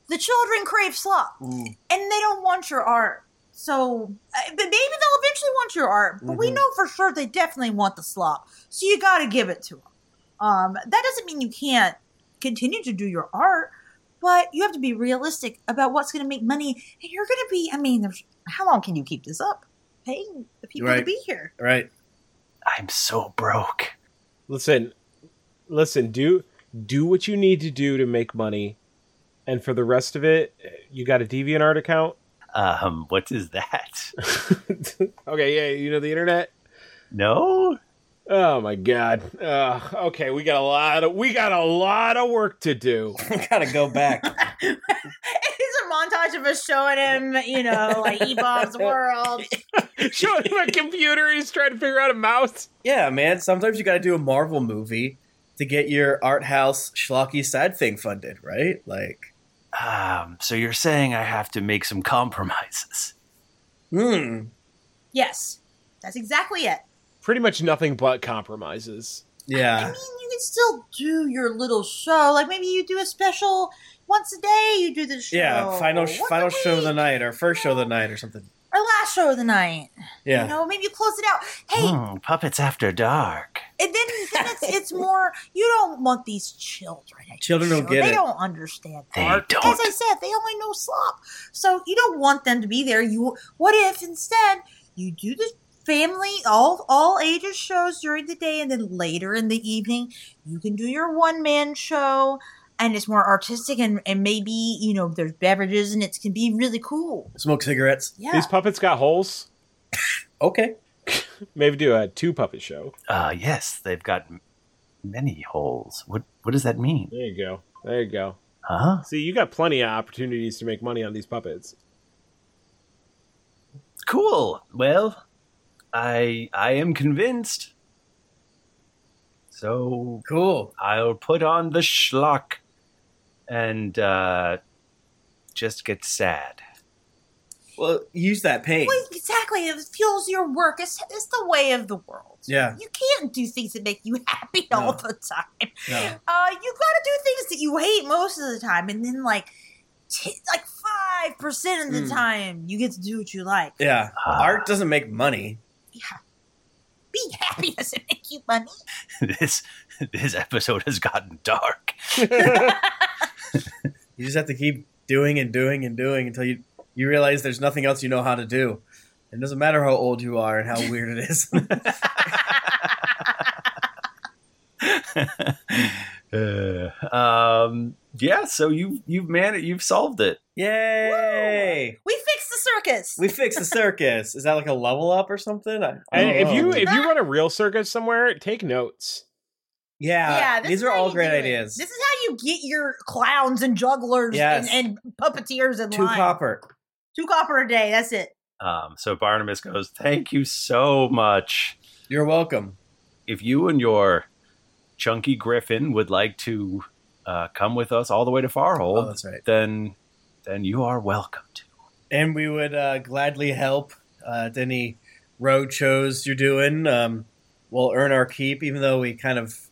D: The children crave slop, and they don't want your art. So, uh, but maybe they'll eventually want your art. But we
N: Mhm.
D: know for sure they definitely want the slop. So you got to give it to them. Um, that doesn't mean you can't continue to do your art, but you have to be realistic about what's going to make money. And you're going to be. I mean, there's, how long can you keep this up? Paying the people to
F: Right.
D: be here.
B: Right.
N: I'm so broke.
F: Listen, listen. Do do what you need to do to make money, and for the rest of it, you got a DeviantArt account.
A: Um, what is that?
F: Okay, yeah, you know the internet.
A: No.
F: Oh my god. Uh, okay, we got a lot of we got a lot of work to do.
B: gotta go back.
G: It's a montage of us showing him, you know, like Ebob's world.
F: showing him a computer. He's trying to figure out a mouse.
B: Yeah, man. Sometimes you got to do a Marvel movie to get your art house schlocky side thing funded, right? Like,
A: Um, so you're saying I have to make some compromises?
B: Hmm.
G: Yes, that's exactly it.
F: Pretty much nothing but compromises.
B: Yeah.
D: You can still do your little show. Like maybe you do a special once a day. You do the show.
B: Yeah, final
D: Once a
B: final show of the night or first show of the night or something.
D: or last show of the night.
B: Yeah.
D: You know, maybe you close it out. Hey,
N: Oh,
A: Hmm, puppets after dark.
D: and then, then it's, it's more, you don't want these children. at
A: Children
D: your
A: don't
D: show.
A: get
D: They
A: it.
D: don't understand
A: They
D: art.
A: don't.
D: As I said, they only know slop. So you don't want them to be there. You What if instead you do the family, all, all ages shows during the day, and then later in the evening, you can do your one man show. And it's more artistic, and, and maybe, you know, there's beverages, and it can be really cool.
B: Smoke cigarettes.
D: Yeah.
F: These puppets got holes.
B: okay.
F: Maybe do a two puppet show.
A: Uh, yes, they've got m- many holes. What What does that mean?
F: There you go. There you go.
A: Huh?
F: See, you got plenty of opportunities to make money on these puppets.
A: Cool. Well, I I am convinced. So
B: cool.
A: I'll put on the schlock and uh, just get sad.
B: Well, use that paint.
D: Well, exactly. It fuels your work. It's, it's the way of the world.
B: Yeah.
D: You can't do things that make you happy all the time.
B: No.
D: Uh, you got to do things that you hate most of the time, and then like, t- like five percent of the
B: Mm.
D: time, you get to do what you like.
B: Yeah.
N: Ah.
B: Art doesn't make money.
D: Be happy doesn't make you money.
A: this this episode has gotten dark.
B: You just have to keep doing and doing and doing until you you realize there's nothing else you know how to do. It doesn't matter how old you are and how weird it is.
A: Uh, um, yeah. So you you've man you've solved it.
B: Yay!
D: We fixed the circus.
B: We fixed the circus. Is that like a level up or something? I, I
F: And
B: don't
F: if
B: know.
F: you if you run a real circus somewhere, take notes.
B: yeah,
D: Yeah, this
B: these
D: is
B: are
D: how
B: all
D: you
B: great
D: do it.
B: ideas.
D: This is how you get your clowns and jugglers
A: Yes.
D: and, and puppeteers in
B: Two
D: line.
B: copper.
D: Two copper a day. That's it.
A: Um, so Barnabas goes, "Thank you so much.
B: You're welcome.
A: If you and your chunky griffin would like to uh, come with us all the way to Farhold,
B: Oh, that's right.
A: then then you are welcome."
B: And we would uh, gladly help uh, at any road shows you're doing. Um, we'll earn our keep, even though we kind of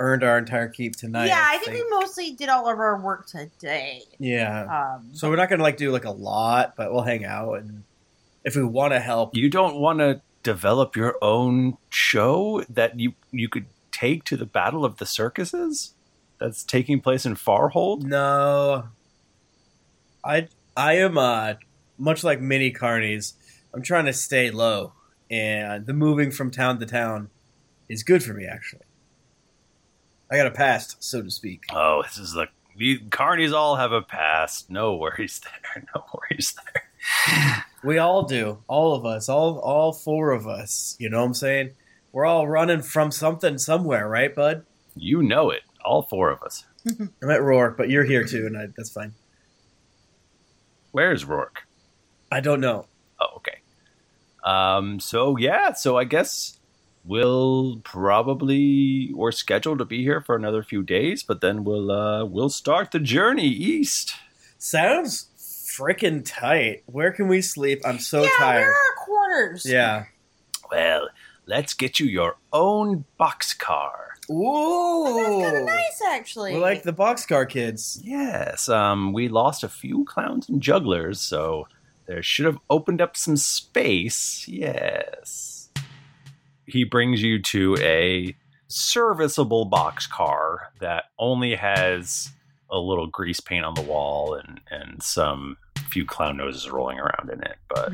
B: earned our entire keep tonight.
D: yeah, I think, we mostly did all of our work today.
B: Yeah.
D: Um,
B: so we're not going to like do like a lot, but we'll hang out and if we want to help.
A: You don't want to develop your own show that you you could take to the Battle of the Circuses that's taking place in Farhold.
B: No. I I am uh much like many carnies. I'm trying to stay low, and the moving from town to town is good for me. Actually, I got a past, so to speak.
A: Oh, this is the the carnies all have a past. No worries there. No worries there.
B: We all do, all of us, all all four of us. You know what I'm saying? We're all running from something somewhere, right, bud?
A: You know it. All four of us.
B: I'm at Rourke, but you're here too, and I, that's fine.
A: Where's Rourke?
B: I don't know.
A: Oh, okay. Um, so yeah, so I guess we'll probably we're scheduled to be here for another few days, but then we'll uh we'll start the journey east.
B: Sounds freaking tight. Where can we sleep? I'm so
D: yeah, where
B: tired.
D: are our quarters?
A: Well, let's get you your own boxcar.
B: Ooh.
D: Kind of nice, actually.
B: We're like the boxcar kids.
A: Yes, um we lost a few clowns and jugglers, so there should have opened up some space. Yes. He brings you to a serviceable box car that only has a little grease paint on the wall and and some few clown noses rolling around in it, but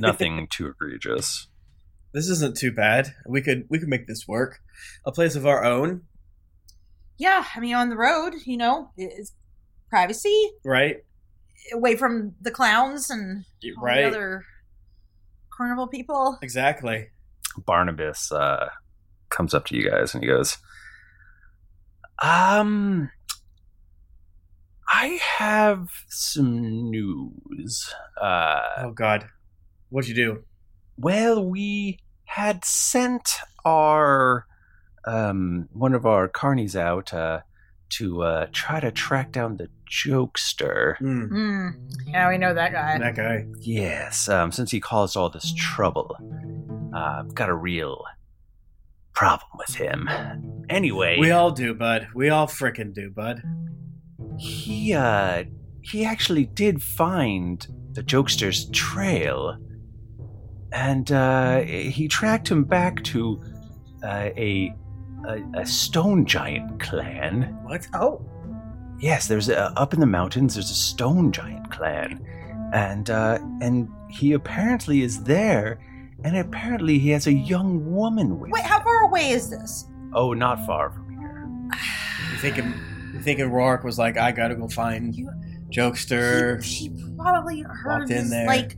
A: nothing too egregious.
B: This isn't too bad. We could we could make this work. A place of our own,
D: Yeah, I mean, on the road, you know, it's privacy.
B: right?
D: away from the clowns and all
B: Right.
D: the other carnival people.
B: Exactly.
N: Barnabas uh, comes up to you guys and he goes, Um, I have some news. Uh,
B: oh, God. What'd you do?
N: Well, we had sent our um, one of our carnies out uh, to uh, try to track down the jokester.
A: Hmm.
D: Mm. Yeah, we know that guy.
B: Mm-hmm. guy.
N: Yes, um, since he caused all this trouble, uh, I've got a real problem with him. Anyway,
B: We all do, bud. We all frickin' do, bud.
N: he uh, he actually did find the jokester's trail, and uh, he tracked him back to uh, a, a a stone giant clan.
B: What? Oh.
N: Yes, there's a, up in the mountains. There's a stone giant clan, and uh, and he apparently is there, and apparently he has a young woman with.
D: Wait, how far away is this?
N: Oh, not far from.
B: You thinking, you thinking Rourke was like, I gotta go find Jokester.
D: She probably heard
B: Walked in
D: his,
B: there.
D: like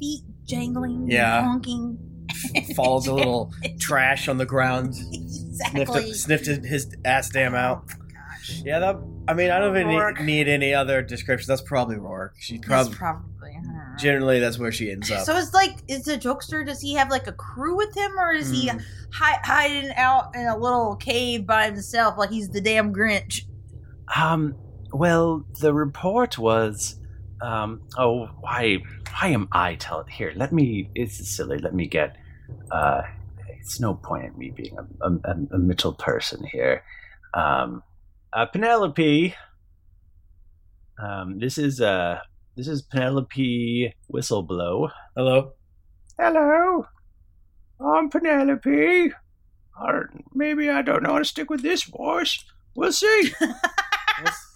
D: feet jangling,
B: Yeah.
D: honking.
B: Falls a little trash on the ground. Sniffed,
D: Exactly.
B: up- sniffed his- his ass damn out. Yeah, that. I mean, I don't even
D: Oh Rourke.
B: need, need any other description. That's probably Rourke. She
D: That's
B: probably
D: probably. her.
B: generally that's where she ends up.
D: So it's like, is the jokester? Does he have like a crew with him, or is
B: Hmm.
D: he hi- hiding out in a little cave by himself, like he's the damn Grinch?
N: Um. Well, the report was. Um. Oh, why? Why am I telling? Here, let me. It's silly. Let me get. Uh, it's no point in me being a, a, a- a middle person here. Um, uh, Penelope. Um, this is uh, this is Penelope Whistleblow.
B: Hello.
N: Hello. I'm Penelope. Or maybe I don't know how to stick with this voice. We'll see.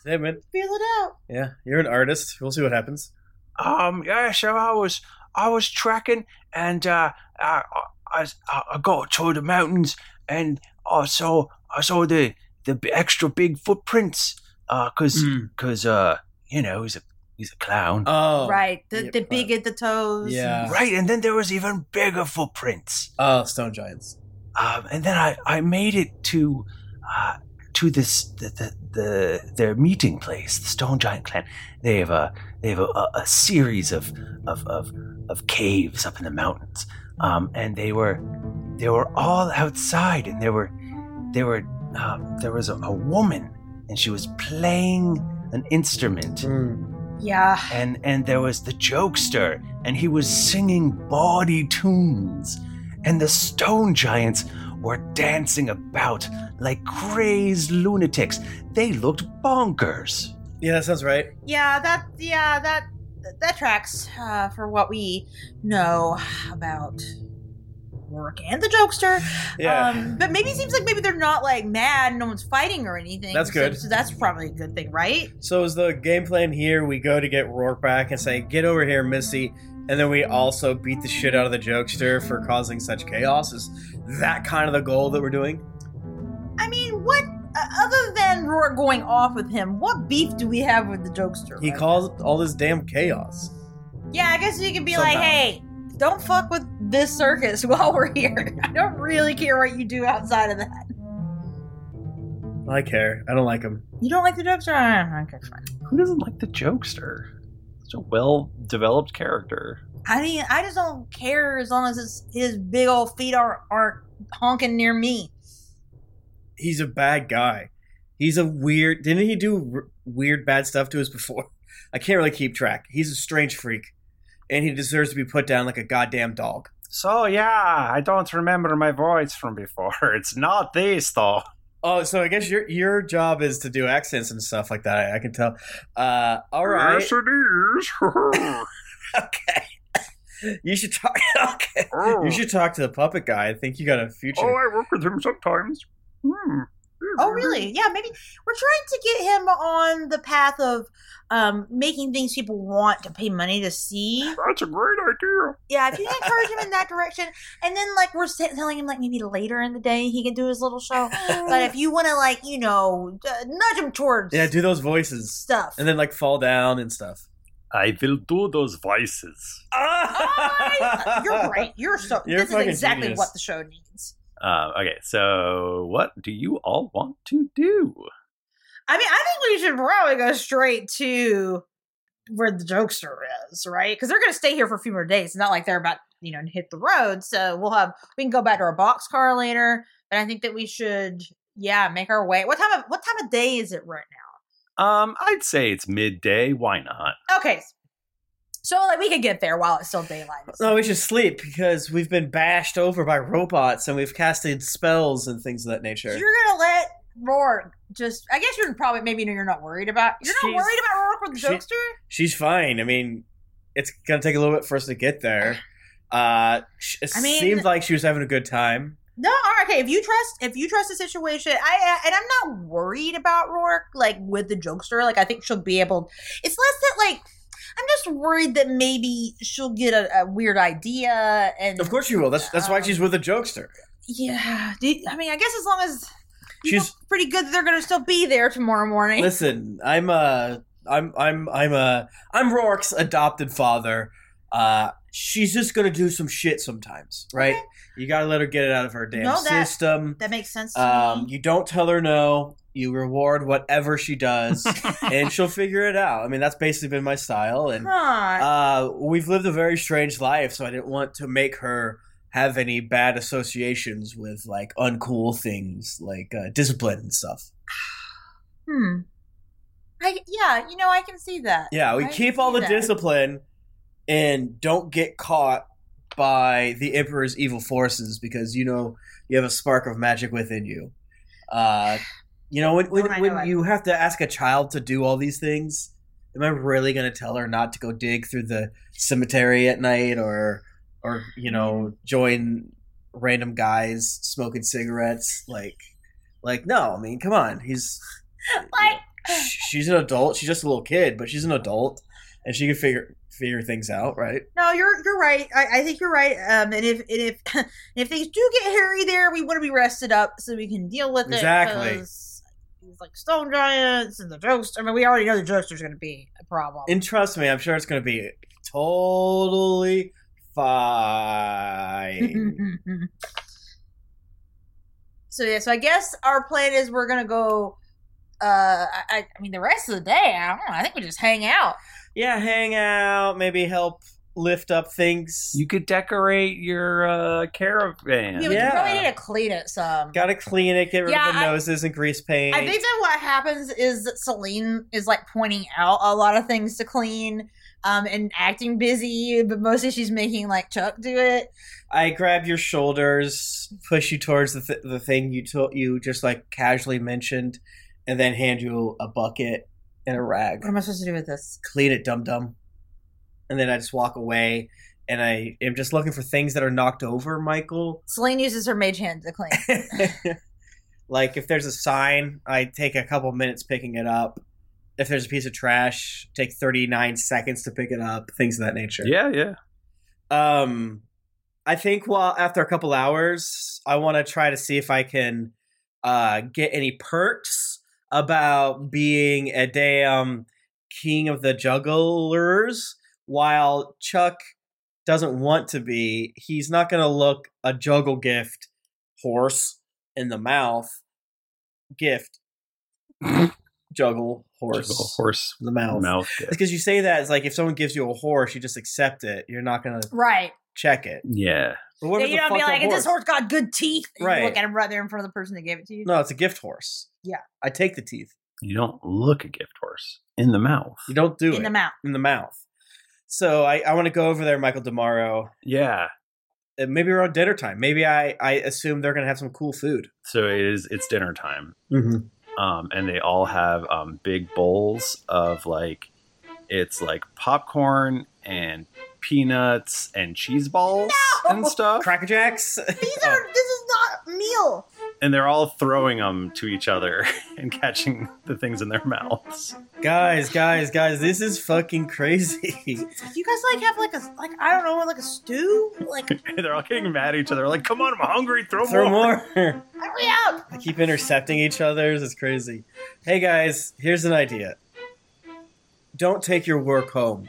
B: Hey, man.
D: Feel it out.
B: Yeah, you're an artist. We'll see what happens.
N: Um, yeah, so I was I was tracking and uh, I, I I I got to the mountains and I saw I saw the the b- extra big footprints uh, cause
B: Mm.
N: 'cause, uh you know he's a he's a clown.
B: Oh,
D: right, the, the big at the toes.
N: Yeah. Right, and then there was even bigger footprints.
B: Oh, stone giants.
N: Um, and then I I made it to uh, to this the, the the their meeting place, the Stone Giant Clan. They have a they have a, a, a series of of, of of caves up in the mountains, um, and they were they were all outside, and there were there were um, there was a, a woman, and she was playing an instrument,
B: Hmm.
D: Yeah.
B: Ah.
N: and and there was the jokester, and he was singing bawdy tunes, and the stone giants were dancing about like crazed lunatics. They looked bonkers.
B: Yeah, that sounds right.
D: Yeah, that yeah that that tracks uh, for what we know about Rourke and the Jokester.
B: Yeah.
D: Um, but maybe it seems like maybe they're not like mad, no one's fighting or anything.
B: That's good.
D: So, so that's probably a good thing, right?
B: So is the game plan here? We go to get Rourke back and say, "Get over here, Missy," and then we also beat the shit out of the jokester for causing such chaos. Is that kind of the goal that we're doing?
D: I mean, what uh, other than Rourke going off with him, what beef do we have with the Jokester?
B: He
D: right?
B: caused all this damn chaos.
D: yeah, I guess you could be like,
B: Somehow.
D: hey. Don't fuck with this circus while we're here. I don't really care what you do outside of that.
B: I care. I don't like him.
D: You don't like the jokester? Ah, Okay, fine.
N: Who doesn't like the jokester? Such a well-developed character.
D: I mean, I just don't care as long as his, his big old feet aren't, aren't honking near me.
B: He's a bad guy. He's a weird. Didn't he do r- weird bad stuff to us before? I can't really keep track. He's a strange freak, and he deserves to be put down like a goddamn dog.
N: So yeah, I don't remember my voice from before. It's not this though.
B: Oh, so I guess your your job is to do accents and stuff like that. I, I can tell. Uh, all right.
T: Yes, it is.
B: You should talk. okay.
N: Oh.
B: You should talk to the puppet guy. I think you got a future.
T: Oh, I work with him sometimes. Hmm.
D: Oh, really? Yeah, maybe we're trying to get him on the path of um, making things people want to pay money to see.
L: That's a great idea.
D: Yeah, if you can encourage him in that direction, and then like we're sit- telling him like maybe later in the day he can do his little show. but if you want to like you know uh, nudge him towards
B: Yeah, do those voices
D: Stuff.
B: and then like fall down and stuff.
N: I will do those voices.
D: you're right. You're so.
N: You're
D: this is
N: fucking
D: exactly
N: genius.
D: what the show needs.
N: Uh, okay, so what do you all want to do?
D: I mean, I think we should probably go straight to where the jokester is, right? Because they're going to stay here for a few more days. It's not like they're about you know to hit the road. So we'll have we can go back to our box car later. But I think that we should, yeah, make our way. What time of what time of day is it right now?
N: Um, I'd say it's midday. Why not?
D: Okay, so like we could get there while it's still daylight.
B: No, Oh, we should sleep because we've been bashed over by robots and we've casted spells and things of that nature.
D: You're gonna let Rourke just. I guess you're probably maybe you're not worried about. You're not
B: She's-
D: worried about Rourke with the
B: she-
D: jokester.
B: She's fine. I mean, it's gonna take a little bit for us to get there. Uh, sh- it
D: I mean-
B: seemed like she was having a good time.
D: No, all right, okay. If you trust, if you trust the situation, I and I'm not worried about Rourke like with the jokester. Like I think she'll be able. It's less that like I'm just worried that maybe she'll get a, a weird idea and
B: Of course she will. That's that's why she's with a jokester.
D: yeah. Do you- I mean, I guess as long as
B: She's
D: pretty good that they're gonna still be there tomorrow morning.
B: listen. I'm uh I'm I'm I'm uh I'm Rourke's adopted father. Uh, she's just gonna do some shit sometimes, right? You gotta let her get it out of her damn
D: No, that-
B: system.
D: that makes sense. To me.
B: Um, you don't tell her no. You reward whatever she does, and she'll figure it out. I mean, that's basically been my style, and
D: Huh.
B: uh, we've lived a very strange life, so I didn't want to make her have any bad associations with like uncool things, like uh, discipline and stuff.
D: Hmm. I yeah, you know, I can see that.
B: Yeah, we
D: I can
B: keep all
D: see
B: the
D: that.
B: discipline, and don't get caught by the emperor's evil forces because you know you have a spark of magic within you. Uh, you know when when,
D: Don't I know
B: when you have to ask a child to do all these things, am I really going to tell her not to go dig through the cemetery at night or or you know join random guys smoking cigarettes like like no i mean come on he's
D: like
B: she's an adult she's just a little kid but she's an adult and she can figure figure things out right
D: No, you're you're right. I, I think you're right. Um, and if and if and if things do get hairy there, we want to be rested up so we can deal with it.
B: Exactly.
D: 'cause It's like stone giants and the jokes. I mean, we already know the jokester's going to be a problem.
B: and trust me i'm sure it's going to be totally fine
D: so yeah, so I guess our plan is we're going to go. Uh, I, I- I mean, the rest of the day, I don't know. I think we just hang out.
B: yeah hang out maybe help lift up things
N: you could decorate your uh, caravan.
D: Yeah, we probably need to clean it some.
B: gotta clean it get rid
D: Yeah,
B: of the
D: I-
B: noses and grease paint
D: I think that what happens is that Celine is like pointing out a lot of things to clean um, and acting busy, but mostly she's making like Chuck do it.
B: I grab your shoulders, push you towards the, th- the thing you to- you just like casually mentioned, and then hand you a bucket and a rag. What
D: am I supposed to do with this?
B: Clean it, dum dum. And then I just walk away, and I am just looking for things that are knocked over, Michael.
D: Celine uses her mage hand to clean.
B: Like if there's a sign, I take a couple minutes picking it up. If there's a piece of trash, take 39 seconds to pick it up, things of that nature.
N: Yeah, yeah.
B: Um I think while after a couple hours, I want to try to see if I can uh get any perks about being a damn king of the jugglers while Chuck doesn't want to be. He's not going to look a juggle gift horse in the mouth gift juggle horse
N: Juggle horse
B: in the mouth
N: mouth gift.
B: because you say that it's like if someone gives you a horse you just accept it you're not gonna
D: right.
B: check it
N: yeah
B: but what
D: Then
B: if
D: you
B: it's a
D: don't be
B: fucked up
D: like, this horse got good teeth. And you
B: Right.
D: Look at him right there in front of the person that gave it to you.
B: no it's a gift horse
D: Yeah.
B: i take the teeth
N: You don't look a gift horse in the mouth.
B: you don't do
D: In
B: it
D: the mouth.
B: in the mouth so i, I want to go over there michael tomorrow
N: yeah
B: and maybe around dinner time maybe i i assume they're gonna have some cool food
N: So it is. It's dinner time.
B: Mhm.
N: Um, and they all have um, big bowls of like, it's like popcorn and peanuts and cheese balls and stuff.
B: Cracker jacks.
D: These are, this is not a meal.
N: and they're all throwing them to each other and catching the things in their mouths.
B: Guys, guys, guys, this is fucking crazy.
D: You guys like have like a like I don't know like a stew like
N: they're all getting mad at each other. Like, come on, I'm hungry. Throw,
B: Throw
N: more.
B: more.
D: hurry up.
B: They keep intercepting each other's. It's crazy. Hey guys, here's an idea. Don't take your work home.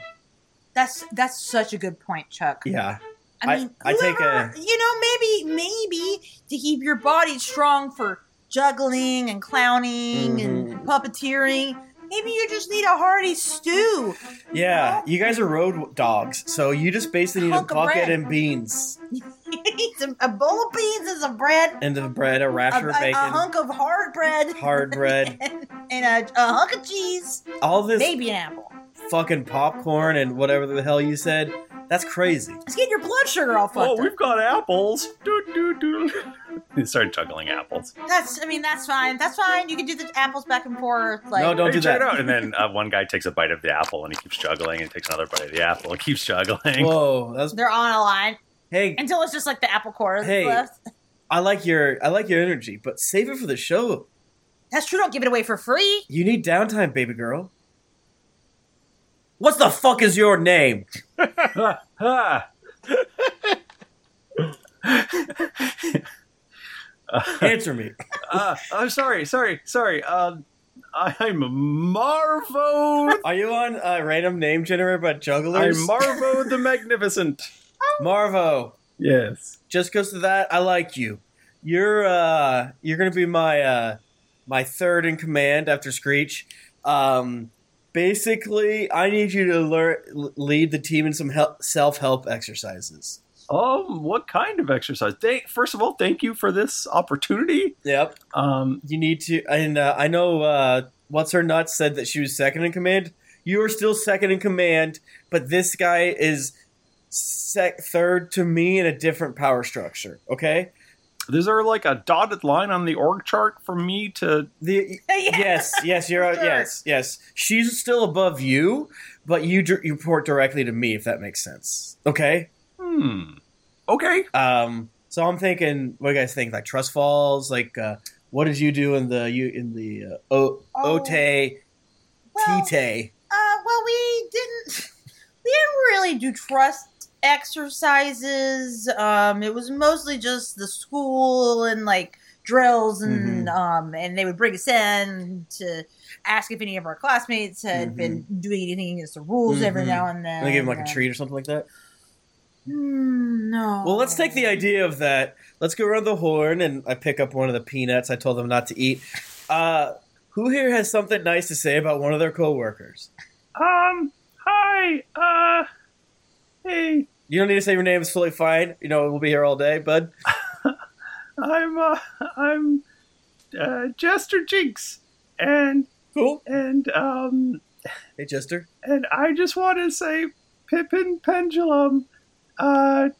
D: That's that's such a good point, Chuck.
B: Yeah.
D: I mean,
B: I, take a.
D: you know, maybe maybe to keep your body strong for juggling and clowning
B: Mm-hmm.
D: and puppeteering. Maybe you just need a hearty stew.
B: Yeah, you guys are road dogs, so you just basically need
D: Hunk
B: a
D: of
B: bucket
D: bread.
B: and beans,
D: You need some, a bowl of beans and some bread,
B: and the bread, a
D: a,
B: rasher
D: a-
B: of
D: a
B: bacon,
D: hunk of hard bread,
B: hard bread,
D: and, and a, a hunk of cheese.
B: All this-
D: maybe an apple.
B: fucking popcorn, and whatever the hell you said. That's crazy.
D: Let's get your blood sugar all fucked
N: Oh,
D: up.
N: we've got apples. Do do do. They start juggling apples.
D: That's. I mean, that's fine. That's fine. You can do the apples back and forth. Like,
N: no, don't do that. And then uh, one guy takes a bite of the apple and he keeps juggling and takes another bite of the apple and keeps juggling.
B: Whoa, that's
D: They're on a line.
B: Hey.
D: Until it's just like the apple core that's
B: Hey.
D: left.
B: I like your I like your energy, but save it for the show.
D: That's true. Don't give it away for free.
B: You need downtime, baby girl. What the fuck is your name? Answer me.
N: uh, I'm sorry, sorry, sorry. Um, I'm Marvo.
B: Are you on uh, random name generator by jugglers?
N: I'm Marvo the Magnificent.
B: Marvo.
N: Yes.
B: Just because of that, I like you. You're uh you're gonna be my uh my third in command after Screech. Um basically I need you to learn lead the team in some help, self-help exercises.
N: Um, what kind of exercise? Thank, first of all, thank you for this opportunity.
B: Yep.
N: Um,
B: you need to, and uh, I know uh, what's her nuts said that she was second in command. You are still second in command, but this guy is sec- third to me in a different power structure. Okay.
N: Is there like a dotted line on the org chart for me to
B: the? yes, yes, you're out. Yes, yes. She's still above you, but you dir- you report directly to me if that makes sense. Okay.
N: Hmm. Okay.
B: Um. So I'm thinking, what do you guys think? Like trust falls. Like, uh, what did you do in the you in the uh, o-
D: Oh.
B: ote tite?
D: Uh, well, we didn't. We didn't really do trust exercises. Um, it was mostly just the school and like drills, and
B: Mm-hmm.
D: um, and they would bring us in to ask if any of our classmates had been doing anything against the rules every
B: Mhm.
D: now and then.
B: Mm-hmm. And they give him like
D: and-
B: a treat or something like that.
D: Hmm, no.
B: Well, let's take the idea of that. Let's go around the horn, and I pick up one of the peanuts I told them not to eat. Uh, who here has something nice to say about one of their coworkers?
N: Um, hi, uh, hey,
B: You don't need to say your name; it's totally fine. You know, we'll be here all day, bud.
N: I'm, uh, I'm, uh, Jester Jinx. And,
B: cool.
N: And, um,
B: Hey, Jester.
N: and I just want to say Pippin Pendulum, uh,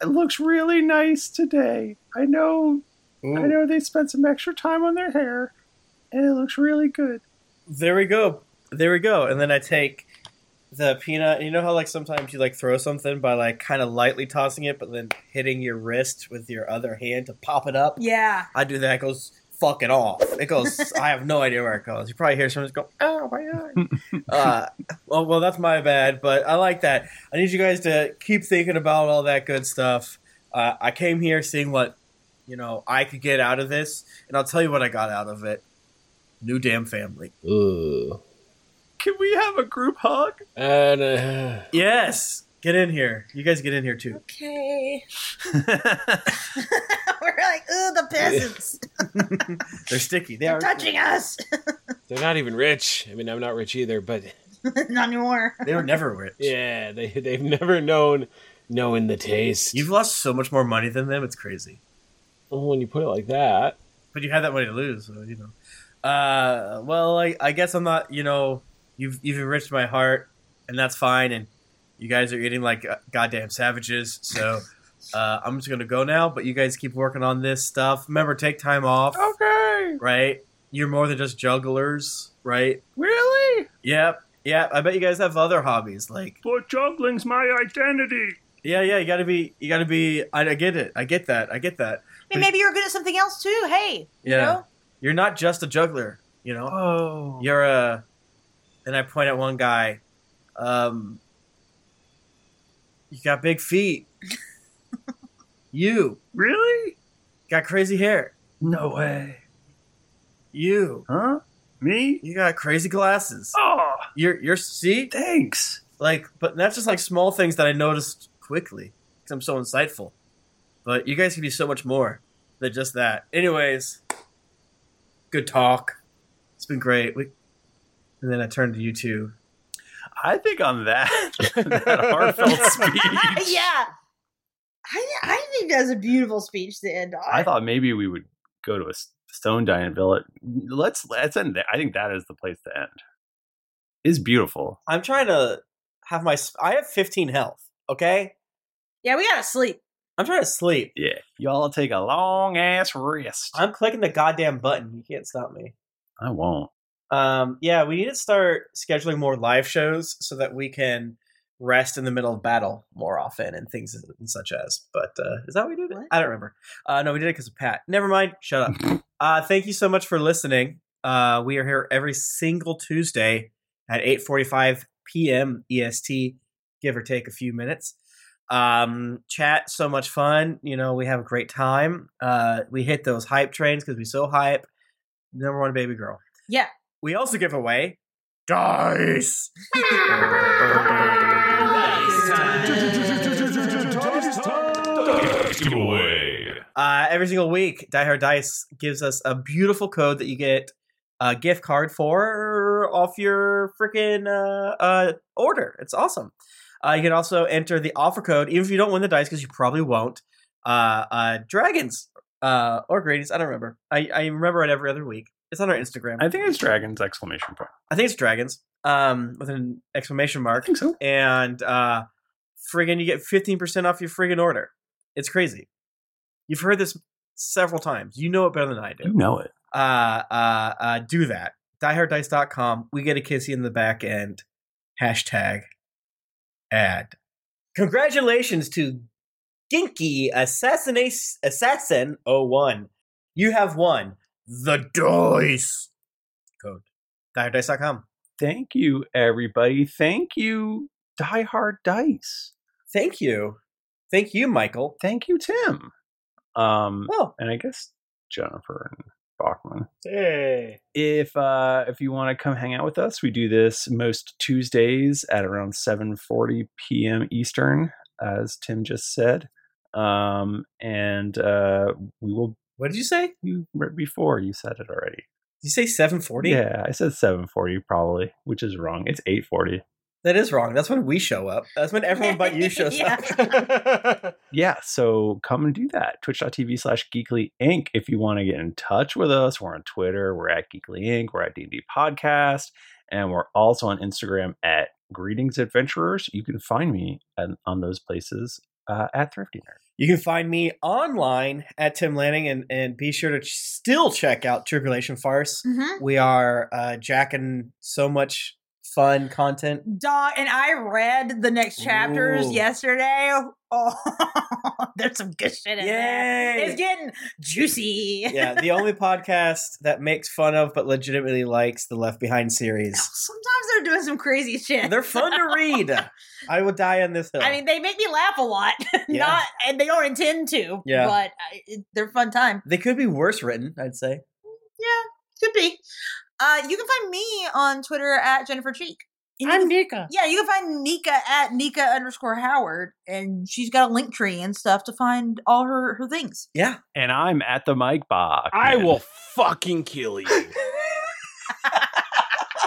N: it looks really nice today. I know, I
B: Ooh.
N: know they spent some extra time on their hair, and it looks really good.
B: There we go. There we go. And then I take the peanut. You know how like sometimes you like throw something by like kind of lightly tossing it, but then hitting your wrist with your other hand to pop it up.
D: Yeah.
B: I do that. It goes fucking off. It goes. I have no idea where it goes. You probably hear someone just go, "Oh my god!" uh, well, well, that's my bad. But I like that. I need you guys to keep thinking about all that good stuff. Uh, I came here seeing what you know I could get out of this, and I'll tell you what I got out of it. New damn family.
J: Ooh.
N: Can we have a group hug?
J: And, uh,
B: Yes, get in here. You guys get in here too.
D: Okay. We're like, ooh, the peasants
B: They're sticky. They
D: are
B: are.
D: touching us.
J: they're not even rich. I mean, I'm not rich either, but
D: Not anymore.
B: They were never rich.
J: Yeah, they they've never known knowing the taste.
B: You've lost so much more money than them. It's crazy.
J: Well, when you put it like that,
B: But you had that money to lose, so you know. Uh, well, I, I guess I'm not. You know, you've you've enriched my heart, and that's fine. And you guys are eating like uh, goddamn savages. So uh, I'm just gonna go now. But you guys keep working on this stuff. Remember, take time off.
N: Okay.
B: Right. You're more than just jugglers, right?
N: Really?
B: Yep. Yeah. I bet you guys have other hobbies like.
N: But juggling's my identity.
B: Yeah, yeah, you gotta be, you gotta be. I, I get it. I get that. I get that.
D: I mean, maybe you're good at something else too. Hey,
B: Yeah. You're not just a juggler, you know?
A: Oh.
B: You're a. And I point at one guy. Um, you got big feet. you.
A: Really?
B: Got crazy hair.
A: No way.
B: You.
A: Huh? Me?
B: You got crazy glasses.
A: Oh.
B: You're, you're, see?
A: Thanks.
B: Like, but that's just like small things that I noticed quickly because I'm so insightful. But you guys can be so much more than just that. Anyways, good talk. It's been great. We, and then I turned to you two.
A: I think on that, that heartfelt speech.
D: yeah. I, I think that's a beautiful speech to end on.
A: I thought maybe we would go to a s- stone dying villa. Let's let's end there. I think that is the place to end. It's beautiful.
B: I'm trying to have my. sp- I have 15 health. Okay,
D: Yeah, we gotta sleep.
B: I'm trying to sleep.
A: Yeah, y'all take a long ass rest.
B: I'm clicking the goddamn button. You can't stop me.
A: I won't.
B: Um, yeah, we need to start scheduling more live shows so that we can rest in the middle of battle more often and things and such as. But uh, is that what we did? it? I don't remember. Uh, no, we did it because of Pat. Never mind. Shut up. uh, thank you so much for listening. Uh, we are here every single Tuesday at 8:45 p.m. EST, E give or take a few minutes. Um, chat so much fun. You know, we have a great time. Uh, we hit those hype trains because we so hype. Number one baby girl.
D: Yeah.
B: We also give away dice. Uh, every single week, Die Hard Dice gives us a beautiful code that you get a gift card for off your freaking uh, uh, order. It's awesome. Uh, you can also enter the offer code, even if you don't win the dice, because you probably won't. Uh, uh, dragons uh, or greenies. I don't remember. I, I remember it every other week. It's on our Instagram.
A: I think it's dragons exclamation point.
B: I think it's dragons. Um, with an exclamation mark. I think
A: so.
B: And uh, friggin', you get fifteen percent off your friggin' order. It's crazy. You've heard this several times. You know it better than I do.
A: You know it.
B: Uh, uh, uh, do that. DieHardDice.com. We get a kissy in the back end. Hashtag ad. Congratulations to Ginky Assassinate Assassin 01. You have won the dice code. DieHardDice.com.
A: Thank you, everybody. Thank you, Die Hard Dice.
B: Thank you. Thank you, Michael.
A: Thank you, Tim. Um,
B: oh.
A: and I guess Jennifer and Bachman.
F: Hey.
A: if uh if you want to come hang out with us we do this most tuesdays at around 7:40 p.m. eastern as tim just said um and uh we will
B: what did you say
A: you right before you said it already
B: did you say 7:40
A: yeah i said 7:40 probably which is wrong it's 8:40
B: That is wrong. That's when we show up. That's when everyone but you shows up.
A: yeah so come and do that twitch.tv slash geekly inc if you want to get in touch with us we're on twitter we're at geekly inc we're at d&d podcast and we're also on instagram at greetings adventurers you can find me on, on those places uh, at thrifty nerd
B: You can find me online at Tim Lanning, and, and be sure to ch- still check out Tribulation Farce.
D: Mhm.
B: We are uh, jacking so much fun content.
D: Dog, and I read the next chapters
B: Ooh.
D: yesterday. Oh, there's some good shit in there. It's getting juicy.
B: yeah, the only podcast that makes fun of but legitimately likes the Left Behind series.
D: Sometimes they're doing some crazy shit.
B: They're fun to read. I will die on this hill.
D: I mean, they make me laugh a lot.
B: Yeah.
D: Not, and they don't intend to.
B: Yeah.
D: but I, it, they're a fun time.
B: they could be worse written, I'd say.
D: Yeah, could be. Uh, you can find me on Twitter at Jennifer Cheek.
M: I'm Nika.
D: Yeah, you can find Nika at Nika underscore Howard, and she's got a link tree and stuff to find all her her things.
B: Yeah.
A: And I'm at the mic box.
F: I will fucking kill you.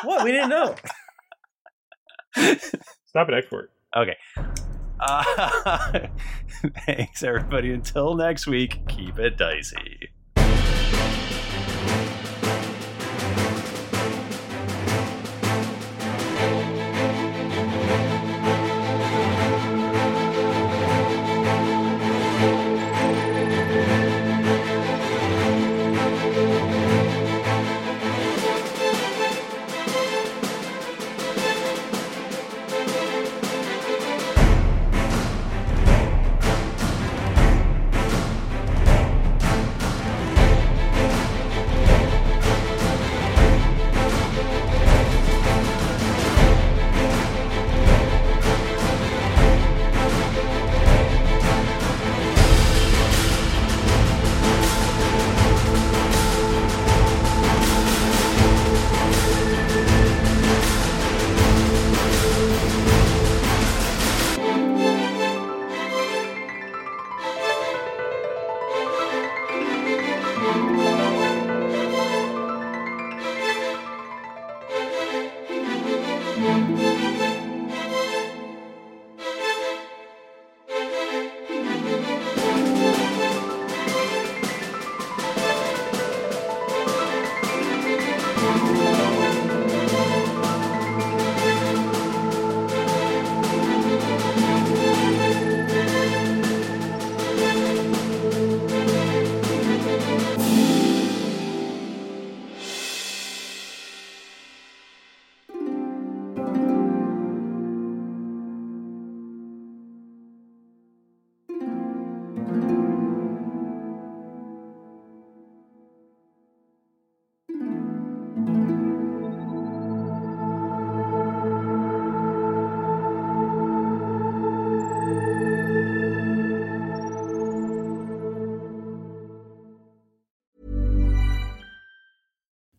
B: what? We didn't know.
F: Stop it, export.
A: Okay. Uh, thanks, everybody. Until next week, keep it dicey.
U: Thank you.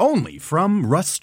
U: Only from Rust